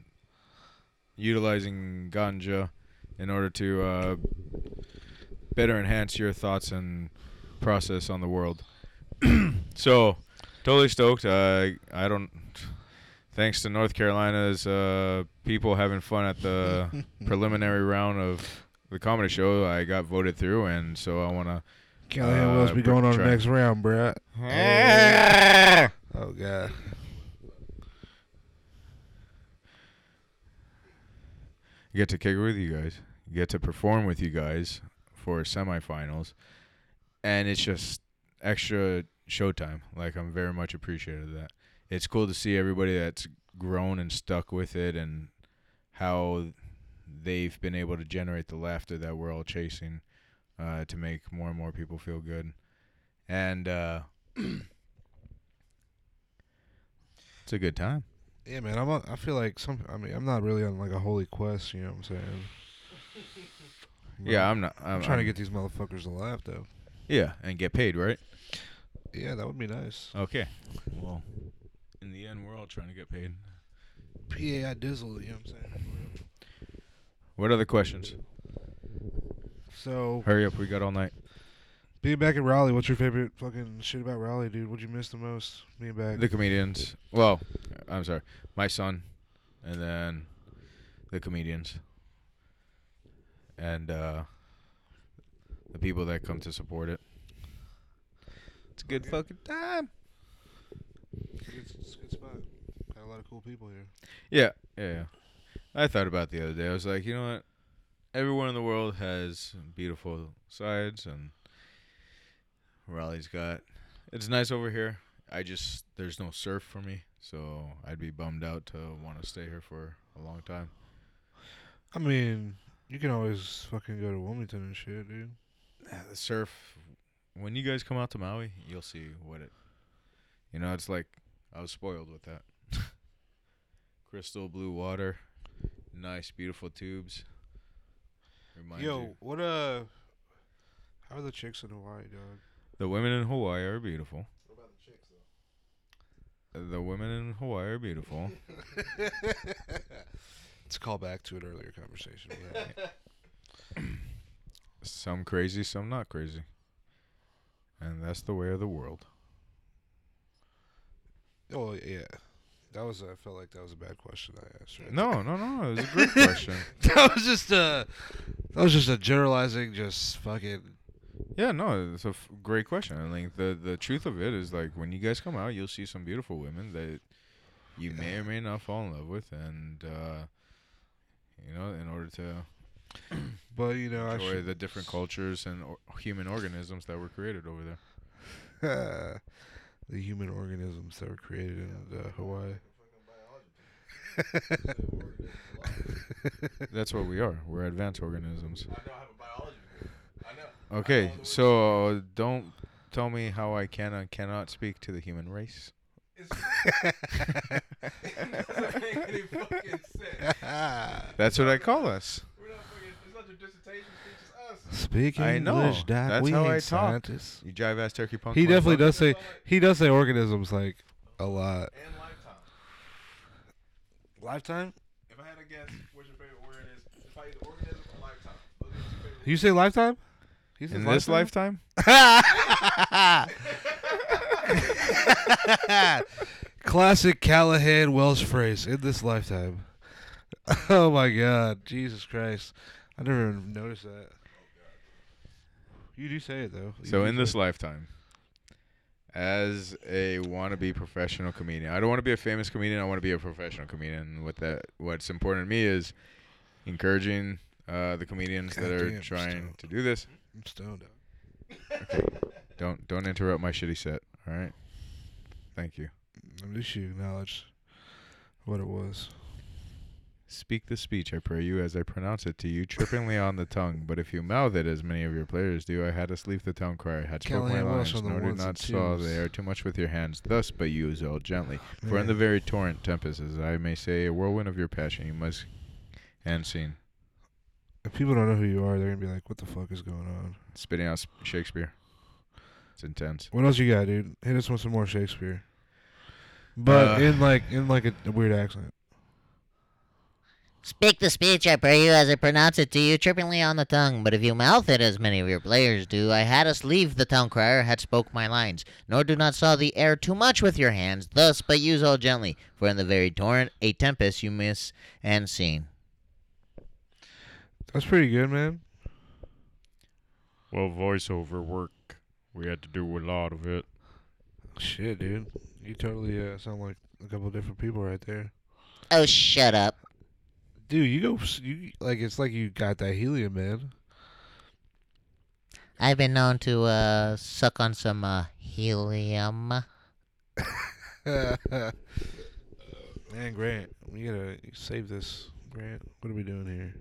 utilizing ganja in order to uh, better enhance your thoughts and process on the world. so totally stoked. I I don't. Thanks to North Carolina's uh, people having fun at the preliminary round of the comedy show, I got voted through, and so I want to.
Callahan, what else
Uh,
be going on the
Brick
next round, bruh?
Hey.
Oh god.
You get to kick it with you guys. You get to perform with you guys for semifinals, and it's just extra showtime. Like I'm very much appreciative of that. It's cool to see everybody that's grown and stuck with it, and how they've been able to generate the laughter that we're all chasing uh, to make more and more people feel good. And uh, it's a good time.
Yeah, man. I'm. On, I feel like some. I mean, I'm not really on like a holy quest. You know what I'm saying?
Yeah, I'm not.
I'm trying to get these motherfuckers to laugh though.
Yeah, and get paid, right?
Yeah, that would be nice.
Okay. Well, in the end, we're all trying to get paid.
PAI Dizzle. You know what I'm saying?
What other questions?
So
Hurry up, we got all night.
being back at Raleigh, what's your favorite fucking shit about Raleigh, dude? What'd you miss the most being back?
The comedians. Well, I'm sorry, my son, and then the comedians, and uh, the people that come to support it. It's a good fucking time.
It's, it's a good spot. Got a lot of cool people here.
Yeah, yeah, yeah. I thought about it the other day. I was like, you know what? Everyone in the world has beautiful sides, and Raleigh's got. It's nice over here. I just there's no surf for me, so I'd be bummed out to want to stay here for a long time.
I mean, you can always fucking go to Wilmington and shit, dude.
Yeah, the surf. When you guys come out to Maui, you'll see what it. You know, it's like I was spoiled with that. Crystal blue water, nice beautiful tubes. Reminds
Yo,
you.
what uh? How are the chicks in Hawaii, dog?
The women in Hawaii are beautiful. The women in Hawaii are beautiful.
It's a call back to an earlier conversation. we had.
some crazy, some not crazy. And that's the way of the world.
oh yeah, that was. I felt like that was a bad question I asked. Right?
No, no, no. It was a great question.
that was just a. That was just a generalizing, just fucking.
Yeah, no, it's a f- great question. I think the the truth of it is like when you guys come out, you'll see some beautiful women that you may or may not fall in love with, and uh, you know, in order to
But you know, I
enjoy
should,
the different cultures and or- human organisms that were created over there.
the human organisms that were created in uh, Hawaii.
That's what we are. We're advanced organisms.
I know I have a biology degree. I know.
Okay,
Oh,
so don't tell me how I can and cannot speak to the human race.
It doesn't make any fucking sense.
That's what I call us.
We're not fucking. It's not your dissertation. It's just us.
Speaking
I know.
English, Doc.
That's
we
how
ain't
I talk.
scientists.
You jive ass turkey punk.
He definitely
motherfucker.
does say he does say organisms like a lot.
And lifetime.
Lifetime?
If I had a guess, what's your favorite word? Is it's probably the organism or lifetime. Those are your favorite
You say lifetime? He says
In this lifetime?
Classic Callahan Welsh phrase in this lifetime. Oh my God, Jesus Christ! I never even noticed that. You do say it though. You
So
do
in
say
this
it.
lifetime, as a wannabe professional comedian, I don't want to be a famous comedian. I want to be a professional comedian. What that what's important to me is encouraging uh, the comedians that are
Goddamn,
trying
Stone.
to do this.
I'm stoned out.
Don't don't interrupt my shitty set. All right. Thank you.
At least you acknowledge what it was.
Speak the speech, I pray you, as I pronounce it to you, trippingly on the tongue. But if you mouth it, as many of your players do, I had us leave the town cry. I had spoken my
Callahan Welsh
lines,
on the
nor did
ones
not
and
saw
twos.
they are too much with your hands. Thus, but use all gently. For in the
Man.
very torrent tempest, as I may say, a whirlwind of your passion, you must and seen
If people don't know who you are, they're gonna be like, "What the fuck is going on?"
spitting out Sp- Shakespeare. It's intense.
What else you got, dude? Hit us with some more Shakespeare, but
Uh,
in like in like a, a weird accent.
Speak the speech, I pray you, as I pronounce it to you, trippingly on the tongue. But if you mouth it, as many of your players do, I had us leave the tongue crier, had spoke my lines. Nor do not saw the air too much with your hands, thus, but use all gently. For in the very torrent, a tempest you miss and seen.
That's pretty good, man.
Well, voiceover work. We had to do a lot of it.
Shit, dude, you totally uh, sound like a couple different people right there.
Oh, shut up.
dude, you go, s- you like it's like you got that helium, man.
I've been known to uh, suck on some uh, helium.
man, Grant, we gotta save this. Grant, what are we doing here?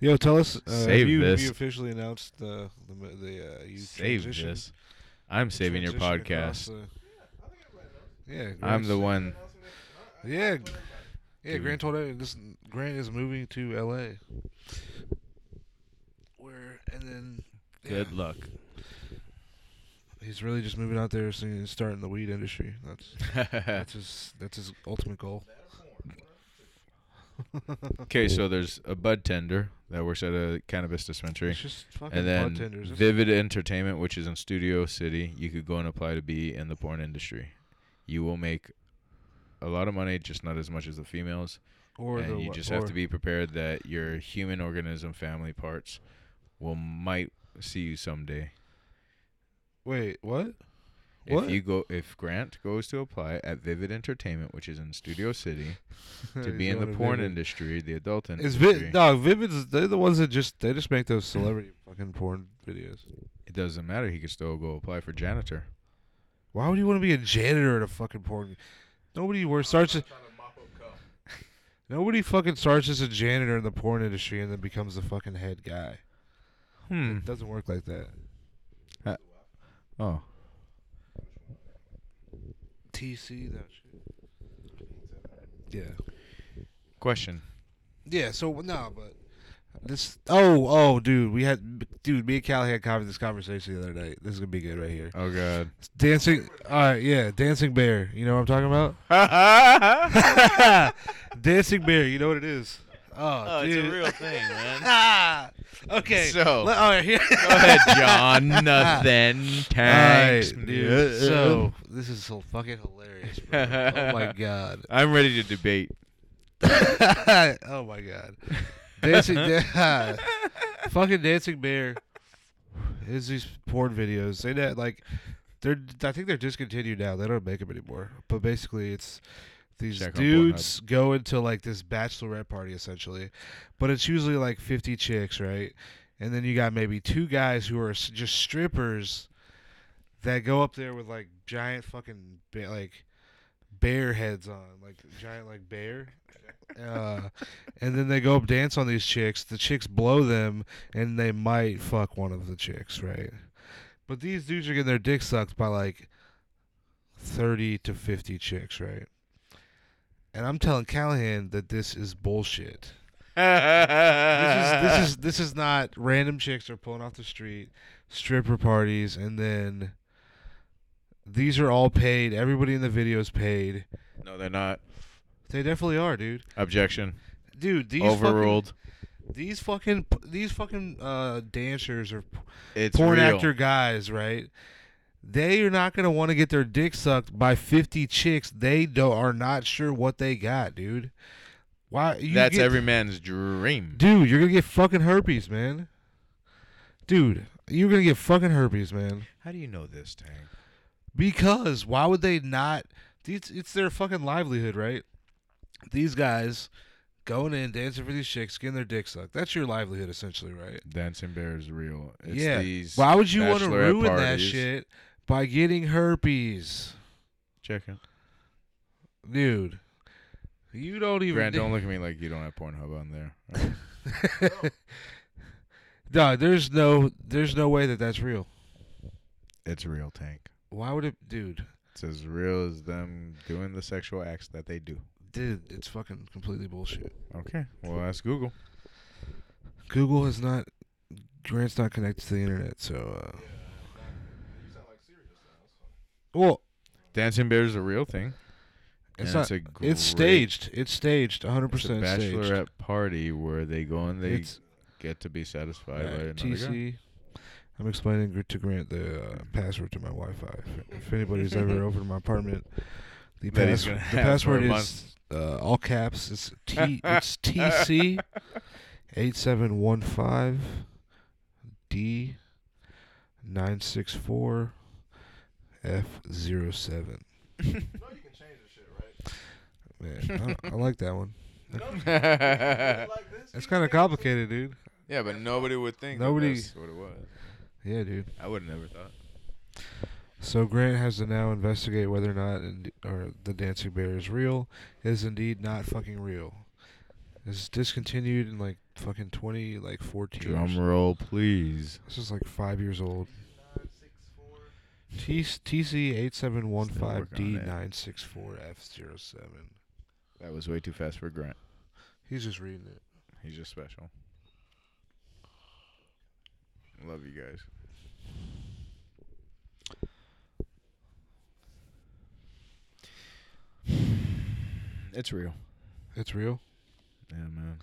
Yo, tell us. Uh, have
Save
you, have
this.
You officially announced the the, mo- the uh, you
Save
transition-
this. I'm saving your
transition across
podcast.
the- yeah,
I'm
Grant's-
the one.
Yeah, g- yeah.
Dude.
Grant told her this. Grant is moving to L.A. Where and then yeah,
Good luck.
he's really just moving out there so he can start in the weed industry. That's that's his that's his ultimate goal.
okay, so there's a bud tender that works at a cannabis dispensary.
It's just fucking
And then
bartenders. That's-
Vivid Entertainment, which is in Studio City, you could go and apply to be in the porn industry. You will make a lot of money, just not as much as the females.
or
and
the
you
wa-
just have
or-
to be prepared that your human organism family parts will might see you someday.
Wait, what? What?
If you go if Grant goes to apply at Vivid Entertainment, which is in Studio City, to
He's
be in the
going to
porn
Vivid.
industry, the adult
It's
industry.
Vid. No, Vivid's. They're the ones that just they just make those celebrity fucking porn videos.
It doesn't matter, he could still go apply for janitor.
Why would you want to be a janitor at a fucking porn? Nobody where starts. as- Nobody fucking starts as a janitor in the porn industry and then becomes the fucking head guy.
Hmm.
It doesn't work like that.
Oh.
TC that shit. Yeah.
Question.
Yeah. So no, but this. Oh, oh, dude, we had, dude, me and Callie had conver- this conversation the other night. This is gonna be good right here.
Oh god.
Dancing. All right, yeah, Dancing Bear. You know what I'm talking about? Dancing Bear. You know what it is? Oh,
Oh,
dude.
it's a real thing, man.
Ah, okay.
So-
Let- all right, here.
Go ahead, John. Nothing. Thanks,
Alright, dude. So this is so fucking hilarious. Bro. Oh my god.
I'm ready to debate.
oh my god. Dancing, da- fucking dancing bear. Is these porn videos? They that like, they're I think they're discontinued now. They don't make them anymore. But basically, it's these
Check on
dudes go into like this bachelorette party essentially, but it's usually like fifty chicks, right? And then you got maybe two guys who are s- just strippers that go up there with like giant fucking ba- like bear heads on, like giant like bear. Uh, and then they go up dance on these chicks. The chicks blow them, and they might fuck one of the chicks, right? But these dudes are getting their dick sucked by like thirty to fifty chicks, right? And I'm telling Callahan that this is bullshit. This is this is this is not random chicks are pulling off the street, stripper parties, and then these are all paid. Everybody in the video is paid.
No, they're not.
They definitely are, dude.
Objection.
Dude, these
Overruled.
Fucking, these fucking these fucking uh, dancers are
it's
porn
real.
actor guys, right? They are not gonna want to get their dick sucked by fifty chicks. They do, are not sure what they got, dude. Why? You
That's
get-
every man's dream.
dude. You're gonna get fucking herpes, man. Dude, you're gonna get fucking herpes, man.
How do you know this, Tank?
Because why would they not? It's, it's their fucking livelihood, right? These guys going in, dancing for these chicks, getting their dick sucked. That's your livelihood, essentially, right?
Dancing Bear is real. It's
yeah.
These
Why would you want to
bachelorette
ruin that
parties.
shit by getting herpes,
Chicken.
dude? You don't even.
Grant, don't look at me like you don't have Pornhub on there. Alright.
no, there's no, there's no way that that's real.
it's real, Tank.
Why would it, dude?
It's as real as them doing the sexual acts that they do.
Dude, it's fucking completely bullshit.
Okay. Well, ask Google.
Google has not. Grant's not connected to the internet, so. Uh, well,
Dancing Bear is a real thing.
it's
and
not.
a
It's
great
staged. It's staged. 100
It's a
percent
bachelorette
staged.
party where they go and they
It's
get to be
uh,
satisfied by another guy.
TC. I'm explaining gr- to Grant the uh, password to my Wi-Fi. If anybody's ever over to my apartment, the,
That he's
pass-
gonna
the
have for
password
a
is
month.
uh, all caps. It's T. It's TC eight seven one five D nine six four F 07 Man, I, I like that one. It's kind of complicated, dude.
yeah, but nobody would think. that
Nobody-
that's what it was.
Yeah, dude.
I would have never thought.
So Grant has to now investigate whether or not ind- or the dancing bear is real. It is indeed not fucking real. It's discontinued in like fucking twenty like fourteen. or
Drum
something.
roll, please.
This is like five years old. T- TC eight seven one five
working
D
on it.
nine six four F 7
That was way too fast for Grant.
He's just reading it.
He's just special. Love you guys. It's real.
It's real.
Yeah, man.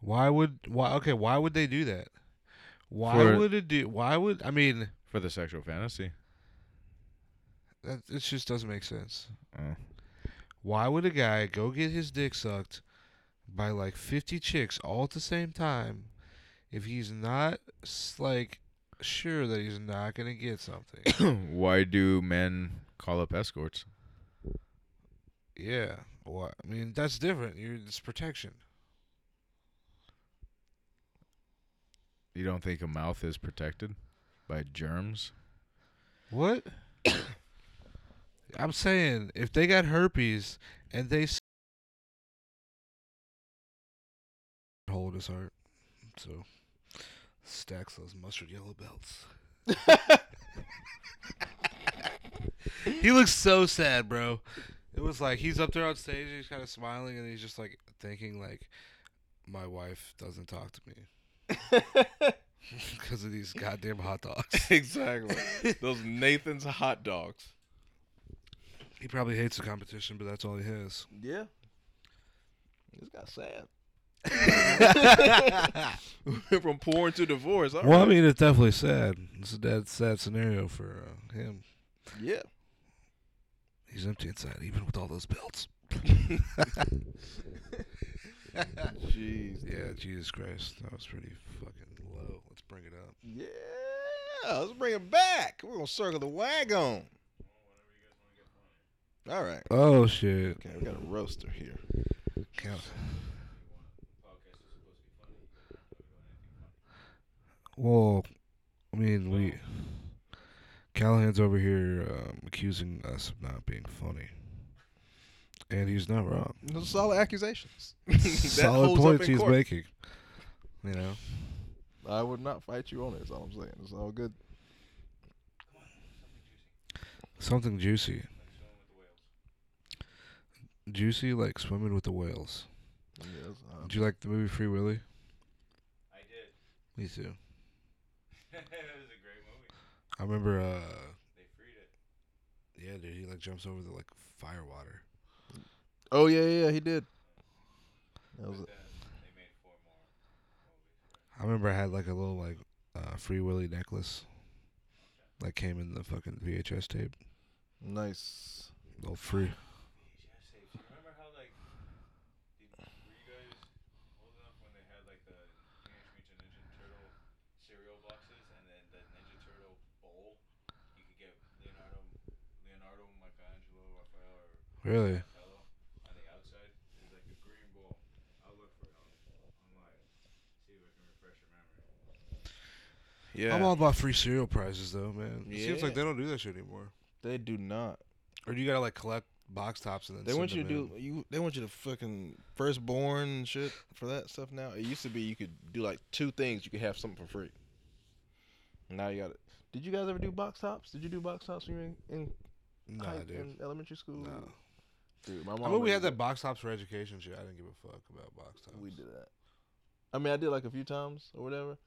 Why would why okay? Why would they do that? Why
For-
would it do? Why would I mean?
For the sexual fantasy.
That, it just doesn't make sense.
Oh.
Why would a guy go get his dick sucked by like 50 chicks all at the same time if he's not s- like sure that he's not going to get something?
Why do men call up escorts?
yeah. Why I mean, that's different. You're, it's protection.
You don't think a mouth is protected by germs?
What? I'm saying if they got herpes and they s- hold his heart, so stacks those mustard yellow belts. he looks so sad, bro. It was like he's up there on stage, he's kind of smiling, and he's just like thinking, like, my wife doesn't talk to me because of these goddamn hot dogs.
exactly. Those Nathan's hot dogs.
He probably hates the competition, but that's all he has.
Yeah. This got sad. From porn to divorce. all
Well, I
right.
mean, it's definitely sad. It's a dead sad scenario for uh, him.
yeah.
He's empty inside, even with all those belts.
Jeez.
Yeah, Jesus Christ, that was pretty fucking low. Let's bring it up.
Yeah. Let's bring it back. We're gonna circle the wagon. All right.
Oh shit!
Okay, we got a roaster here.
Count. Well, I mean, we Callahan's over here um, accusing us of not being funny, and he's not wrong.
Those are solid accusations. That
Solid
holds up
points
in
he's
court.
making. You know.
I would not fight you on it. Is all I'm saying. It's all good.
Something juicy. Juicy, like swimming with the whales.
Yes, uh,
Did you like the movie Free Willy?
I did.
Me too.
it was a great movie.
I remember. uh
They freed it.
Yeah, dude, he like jumps over the like fire water.
oh yeah, yeah, yeah, he did. That was it.
I remember I had like a little like uh Free Willy necklace that came in the fucking VHS tape.
nice.
Little free.
VHS tapes. You remember how like did, were you guys old enough when they had like the Teenage Mutant Ninja Turtle cereal boxes and then the Ninja Turtle bowl? You could get Leonardo, Leonardo, Michelangelo, Raphael, or
Really?
Donatello on the outside. There's like a green bowl. I'll look for it on online. See if I can refresh your memory.
Yeah,
I'm all about free cereal prizes though, man. It seems like
Yeah.
they don't do that shit anymore.
they do not.
Or do you gotta like collect box tops and then
They
send
want you to
them
do
in?
you. They want you to fucking firstborn and shit for that stuff now. It used to be you could do like two things. You could have something for free. Now you got it. Did you guys ever do box tops? Did you do box tops when you were in, in,
Nah,
high,
dude.
in elementary school?
No.
Dude, my mom.
I mean, we
really
had that
did-
box tops for education shit. I didn't give a fuck about box tops.
We did that. I mean, I did like a few times or whatever.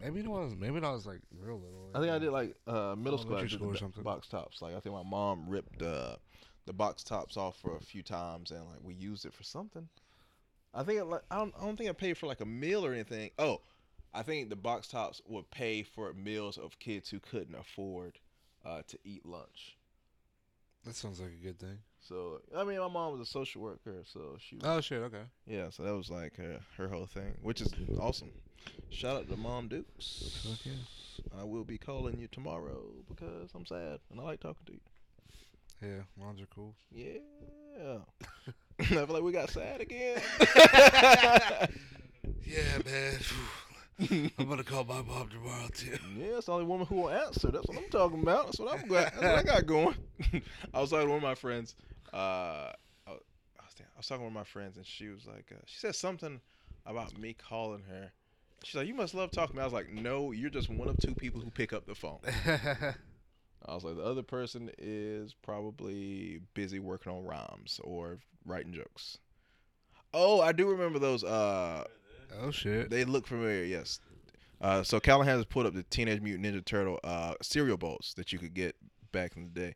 Maybe it was. Maybe it was like real little.
I think I did like uh, middle school. I
Elementary
did
school or
the ba-
something.
box tops. Like I think my mom ripped uh, the box tops off for a few times, and like we used it for something. I think it, like I don't. I don't think I paid for like a meal or anything. Oh, I think the box tops would pay for meals of kids who couldn't afford uh, to eat lunch.
That sounds like a good thing.
So I mean, my mom was a social worker, so she was,
Oh shit! Okay.
yeah. So that was like her, her whole thing, which is awesome. Shout out to Mom Dukes.
Fuck yeah.
I will be calling you tomorrow because I'm sad and I like talking to you.
Yeah, moms are cool.
Yeah. I feel like we got sad again.
Yeah, man. I'm gonna call my mom tomorrow too.
Yeah, it's the only woman who will answer. That's what I'm talking about. That's what I'm got. That's what I got going. I was talking to one of my friends. Uh, I, I was, I was talking to one of my friends, and she was like, uh, she said something about me calling her. She's like, you must love talking. to me." I was like, no, you're just one of two people who pick up the phone. I was like, the other person is probably busy working on rhymes or writing jokes. Oh, I do remember those. Uh,
oh shit.
they look familiar, yes. Uh, so Callahan has put up the Teenage Mutant Ninja Turtle uh, cereal bowls that you could get back in the day.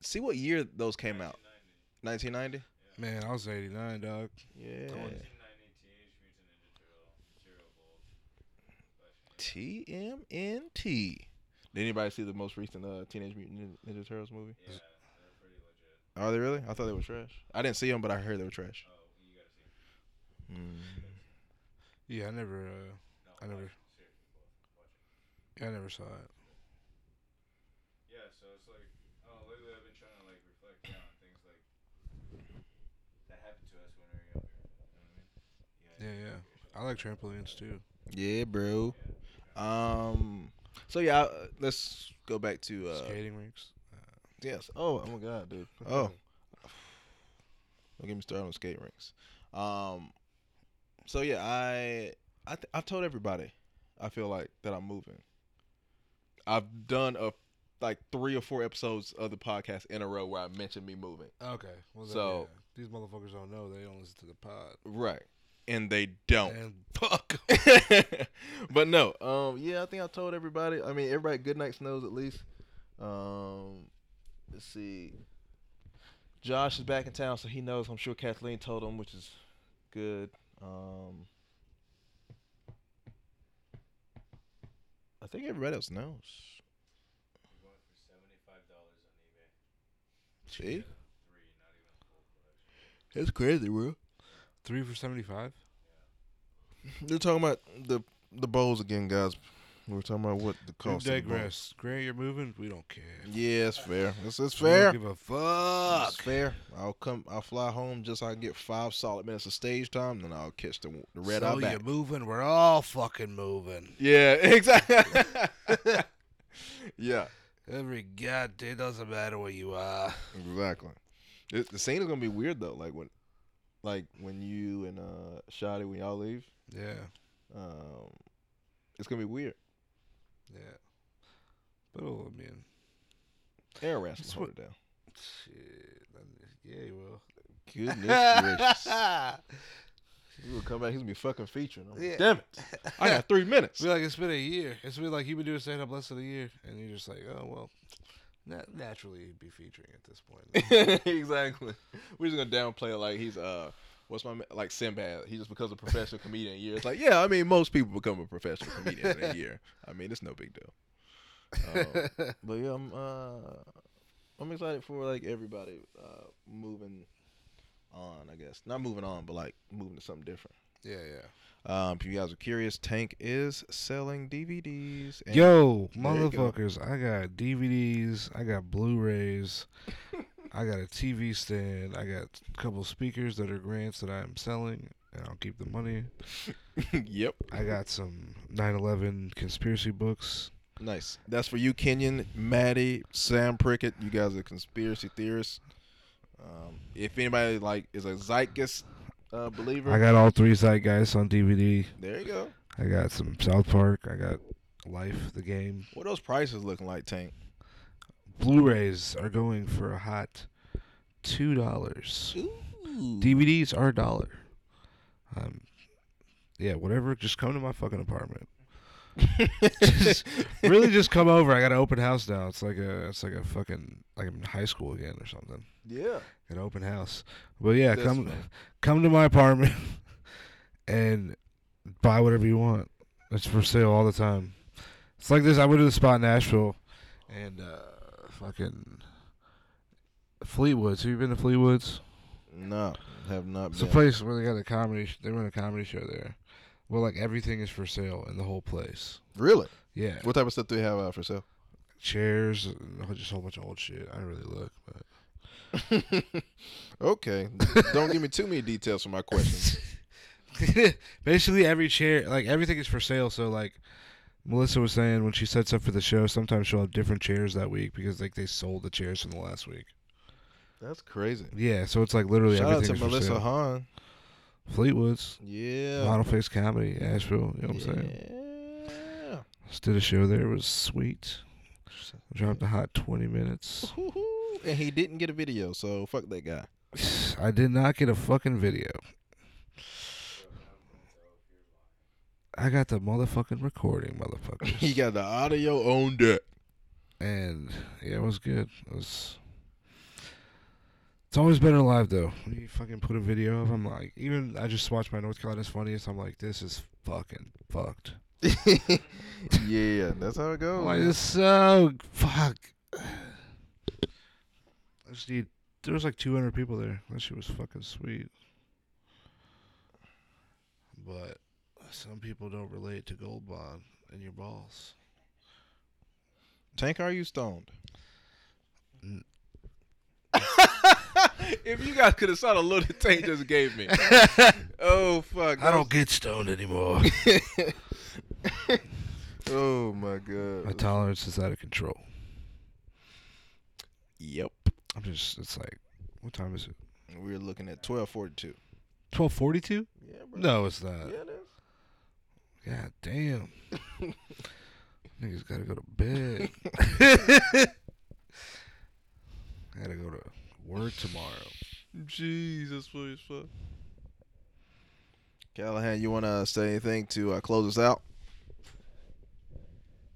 See what year those came out. 1990.
Man, I was 89, dog.
Yeah. TMNT. Did anybody see the most recent uh, Teenage Mutant Ninja, Ninja Turtles movie? Yeah, they're pretty legit. Oh, Are they really? I thought they were trash. I didn't see them, but I heard they were trash. Hmm.
Yeah, I never. Uh, I never. Yeah, I never saw it.
Yeah, so it's like, oh, lately I've been trying to like reflect now on things like that happened to us when we were younger. You know what I mean?
Yeah, yeah. I like trampolines too.
Yeah, bro. Um. So yeah, uh, let's go back to uh,
Skating rinks.
Yes. Oh, oh my god, dude. Oh. Don't get me started on skate rinks. Um so yeah, I I th- I've told everybody I feel like that I'm moving. I've done a like three or four episodes of the podcast in a row where I mentioned me moving.
Okay. Well, then,
So-
yeah. these motherfuckers don't know. They don't listen to the pod.
Right. And they don't.
And fuck. 'em.
but no, um, yeah, I think I told everybody. I mean, everybody, good night snows at least. Um, let's see. Josh is back in town, so he knows. I'm sure Kathleen told him, which is good. Um, I think everybody else knows. See, that's crazy, bro.
Three for 75.
They're talking about the the bowls again, guys. We're talking about what the
We
cost. of the bowls.
digress. Grant, you're moving. We don't care.
Yeah, it's fair. It's, it's
We
fair.
don't give a fuck.
It's fair. I'll come. I'll fly home just so I can get five solid minutes of stage time, then I'll catch the, the red
so
eye back.
you're moving. We're all fucking moving.
Yeah, exactly. yeah,
Every goddamn doesn't matter where you are.
exactly. It, the scene is gonna be weird though. Like when, like when you and uh Shotty when y'all leave,
Yeah,
um, it's gonna be weird.
yeah. But oh, I mean,
Air wrestling
That's
hold it down.
shit. Yeah, you will.
Goodness gracious! You gonna come back? He's gonna be fucking featuring. I'm like,
Yeah.
Damn it! I got three minutes.
Be like it's been a year. It's been like you've been doing stand up less than a year, and you're just like, oh well. Nat- naturally, you'd be featuring at this point.
exactly. We're just gonna downplay it like he's uh, what's my ma- like Sinbad? He just becomes a professional comedian in a year. It's like yeah, I mean most people become a professional comedian in a year. I mean it's no big deal. Um, but yeah, I'm uh, I'm excited for like everybody uh moving on. I guess not moving on, but like moving to something different.
yeah, yeah.
Um, if you guys are curious, Tank is selling DVDs. And
Yo,
There you go.
motherfuckers! I got DVDs. I got Blu-rays. I got a TV stand. I got a couple speakers that are grants that I'm selling, and I'll keep the money.
yep,
I got some 9/11 conspiracy books.
Nice. That's for you, Kenyon, Maddie, Sam Prickett. You guys are conspiracy theorists. Um, if anybody like is a zeitgeist uh, believer,
I got all three zeitgeists on DVD.
there you go.
I got some South Park. I got Life, the game.
What are those prices looking like, Tank?
Blu-rays are going for a hot two dollars. DVDs are a dollar. Um, yeah, whatever. Just come to my fucking apartment. Just- really, just come over. I got an open house now. It's like a, it's like a fucking, like I'm in high school again or something.
Yeah.
an open house. But yeah,
That's
come
fun.
come to my apartment and buy whatever you want. It's for sale all the time. It's like this. I went to the spot in Nashville and uh, fucking Fleetwoods. Have you been to Fleetwoods?
No, have not
It's
been.
a place where they got a comedy. Sh- they run a comedy show there. Well, like everything is for sale in the whole place.
really?
Yeah,
What type of stuff do we have out for sale?
chairs, and a whole- just a whole bunch of old shit. I didn't really look, but
okay. Don't give me too many details for my questions.
Basically, every chair, like everything, is for sale. So, like Melissa was saying, when she sets up for the show, sometimes she'll have different chairs that week because like they sold the chairs from the last week.
That's crazy.
Yeah, so it's like literally
Shout out
everything
to
is for
Melissa
sale.
Hahn.
Fleetwood's
Yeah.
Model Face Comedy, Asheville. You know what I'm saying?
yeah.
Just did a show there. It was sweet. Dropped a hot 20 minutes.
Woo-hoo. And he didn't get a video, so fuck that guy.
I did not get a fucking video. I got the motherfucking recording, motherfucker.
he got the audio on deck.
and yeah, it was good. It was. It's always better live though. When you fucking put a video of, I'm like, even I just watched my North Carolina's Funniest. I'm like, this is fucking fucked.
yeah, that's how it goes.
I'm like, this is so fuck. I just need. There was like 200 people there. That shit was fucking sweet. But some people don't relate to Gold Bond and your balls.
Tank, are you stoned? if you guys could have saw the look that Tank just gave me. oh fuck!
I don't get stoned anymore.
Oh my
my
god.
tolerance is out of control.
yep.
I'm just. It's like, what time is it?
We're looking at twelve forty-two.
12:42?
Yeah, bro.
No, it's not.
Yeah, it is.
God damn. Niggas gotta go to bed. I gotta go to work tomorrow.
Jesus, please, fuck. Callahan, you want to say anything to uh, close us out?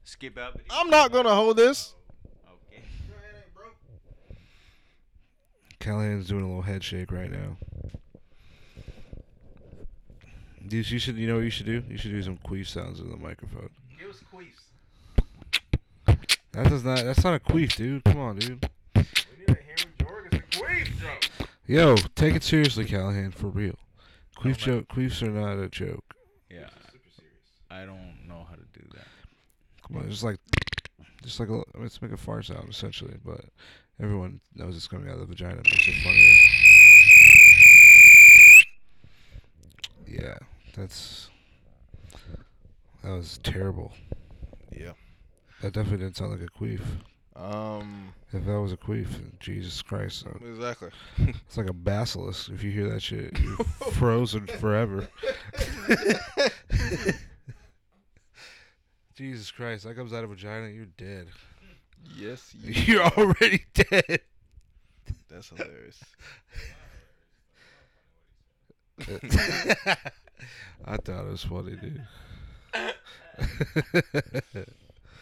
Skip out. but he-
I'm not gonna hold this.
Okay.
Callahan's doing a little head shake right now. Dude, you should. You know what you should do? You should do some queef sounds in the microphone.
It was queefs.
That does not. That's not a queef, dude. Come on, dude.
We need a Henry Jorgensen queef drop.
Yo, take it seriously, Callahan. For real. Queef
Oh, man.
joke. Queefs are not a joke.
Yeah. I don't know how to do that.
Come on, just like, just like a, I mean, it's like a fart sound essentially, but everyone knows it's coming out of the vagina. Makes it funnier. Yeah, that's that was terrible.
Yeah.
That definitely didn't sound like a queef.
Um.
If that was a queef, then Jesus Christ, uh,
Exactly.
it's like a basilisk. If you hear that shit, you're frozen forever. Jesus Christ, that comes out of vagina, you're dead.
Yes.
You're already dead.
That's hilarious.
I thought it was funny, dude.
All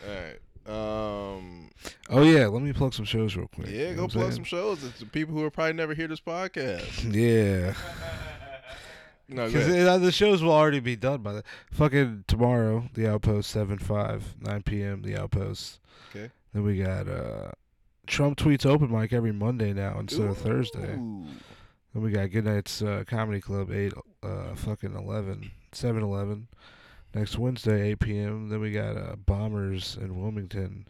right. Um.
Oh yeah, let me plug some shows real quick.
Yeah,
You know
go
what
plug some
I'm
shows. It's the people who are probably never hear this podcast.
saying? Yeah,
No, go
because
ahead.
the shows will already be done by the fucking tomorrow. The Outpost seven five nine p.m. The Outpost.
Okay.
Then we got uh, Trump tweets open mic every Monday now instead of Thursday.
Ooh.
Then we got Goodnight's uh, Comedy Club, 8, uh, fucking 11, 7 11. Next Wednesday, 8 p.m. Then we got uh, Bombers in Wilmington,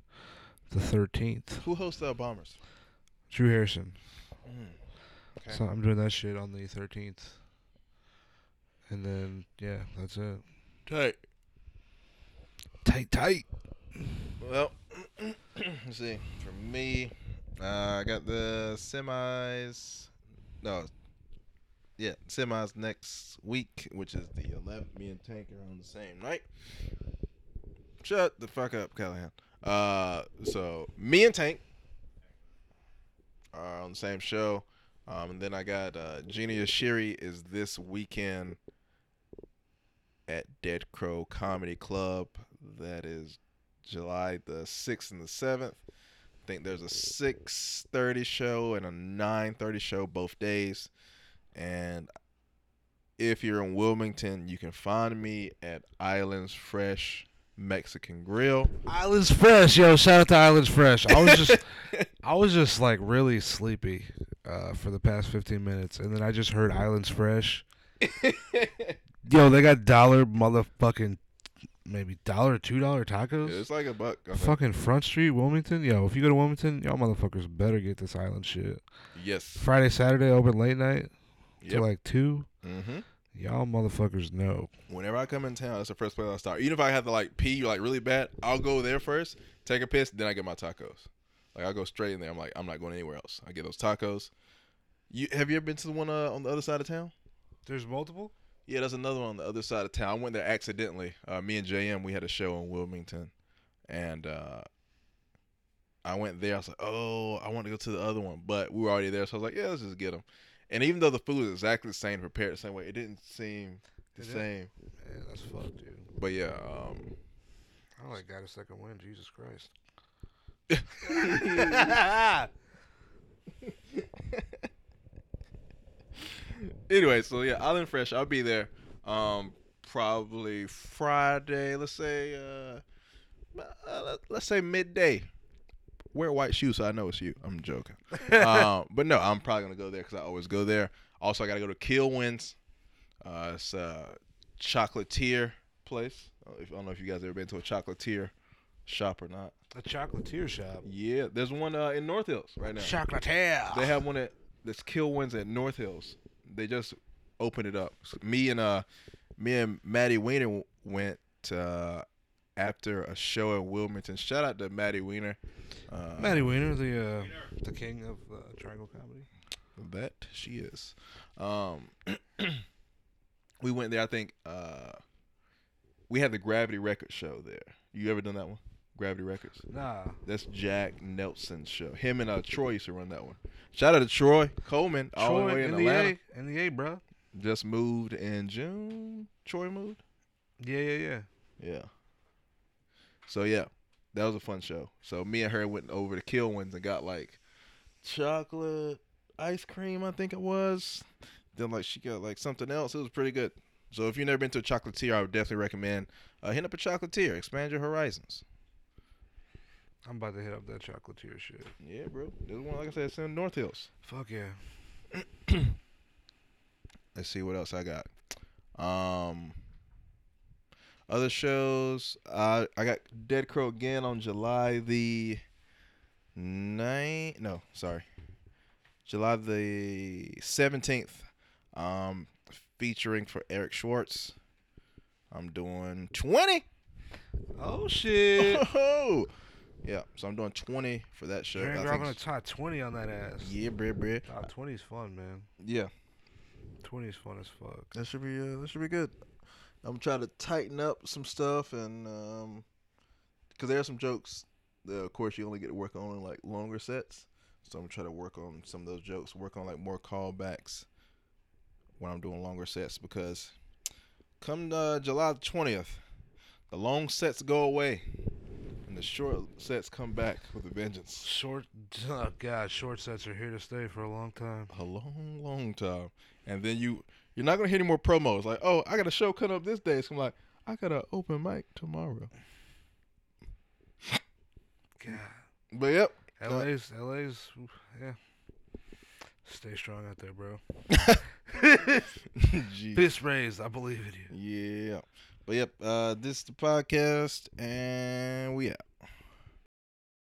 the 13th.
Who hosts the Bombers?
Drew Harrison.
Mm, Okay.
So I'm doing that shit on the 13th. And then, yeah, that's it.
Tight.
Tight, tight.
Well, let's see. For me, uh, I got the semis. No, yeah, semis next week, which is the 11th. Me and Tank are on the same night. Shut the fuck up, Callahan. Uh, so me and Tank are on the same show. Um, and then I got uh, Genia Shiri is this weekend at Dead Crow Comedy Club. That is July the sixth and the seventh. I think there's a six thirty show and a nine thirty show both days. And if you're in Wilmington, you can find me at Islands Fresh Mexican Grill.
Islands Fresh, yo! Shout out to Islands Fresh. I was just, I was just like really sleepy uh, for the past fifteen minutes, and then I just heard Islands Fresh. yo, they got dollar motherfucking maybe dollar two dollar
Yeah,
tacos.
it's like a buck. I think.
Fucking Front Street, Wilmington. Yo, if you go to Wilmington, y'all motherfuckers better get this island shit.
Yes.
Friday, Saturday, open late night till
Yep.
like two.
hmm
Y'all motherfuckers know.
Whenever I come in town, that's the first place I start. Even if I have to like pee like really bad, I'll go there first, take a piss, then I get my tacos. Like I go straight in there. I'm like, I'm not going anywhere else. I get those tacos. You have you ever been to the one uh, on the other side of town?
There's multiple.
Yeah, there's another one on the other side of town. I went there accidentally. Uh, me and JM, we had a show in Wilmington, and uh, I went there. I was like, "Oh, I want to go to the other one," but we were already there, so I was like, "Yeah, let's just get them." And even though the food is exactly the same, prepared the same way, it didn't seem the
It didn't.
same.
Man, that's fucked, dude.
But yeah, um,
I like got a second win. Jesus Christ.
anyway, so yeah, Island Fresh, I'll be there. Um, probably Friday. Let's say, uh, uh, let- let's say midday. Wear white shoes, so I know it's you. I'm joking. um, but no, I'm probably gonna go there because I always go there. Also, I gotta go to Killwinds. Uh, it's a chocolatier place. I don't- I don't know if you guys ever been to a chocolatier shop or not.
A chocolatier shop.
Yeah, there's one uh, in North Hills right now.
Chocolatier.
They have one at this Kill Wins at North Hills. They just opened it up. So me and uh, me and Maddie Weiner w- went uh, after a show in Wilmington. Shout out to Maddie Weiner. Uh,
Matty Wiener, the uh, the king of uh, triangle comedy.
that she is. Um, we went there. I think uh, we had the Gravity Records show there. You ever done that one? Gravity Records.
Nah.
That's Jack Nelson's show. Him and uh, Troy used to run that one. Shout out to Troy Coleman, all the
Troy
way in
in
Atlanta.
the A, in the A, bro.
just moved in June. Troy moved.
Yeah, yeah, yeah.
Yeah. So yeah, that was a fun show. So me and her went over to Killwinds and got like chocolate ice cream, I think it was. Then like she got like something else. It was pretty good. So if you've never been to a chocolatier, I would definitely recommend uh, hitting up a chocolatier. Expand your horizons.
I'm about to hit up that chocolatier shit.
Yeah, bro. This one, like I said, it's in North Hills.
Fuck yeah.
Let's see what else I got. Um, other shows. I I got Dead Crow again on July the 9th. No, sorry, July the seventeenth. Um, featuring for Eric Schwartz. I'm doing twenty.
Oh shit.
Oh, yeah. So I'm doing twenty for that show.
You're
I
dropping a
think-
top twenty on that ass.
yeah, bruh, bruh.
Top twenty's fun, man.
Yeah.
Twenty's fun as fuck.
That should be uh, that should be good. I'm trying to tighten up some stuff and um, cause there are some jokes that of course you only get to work on in like longer sets. So I'm gonna try to work on some of those jokes, work on like more callbacks when I'm doing longer sets because come uh, July 20th, the long sets go away and the short sets come back with a vengeance.
Short, oh god, short sets are here to stay for a long time.
a long, long time. And then you you're not gonna hear any more promos like, oh, I got a show coming up this day. So I'm like, I got an open mic tomorrow.
God,
But yep.
LA's, LA's, yeah. Stay strong out there, bro.
Uh, Gee.
Fist raised, I believe in you.
Yeah. But yep, uh, this is the podcast and we out.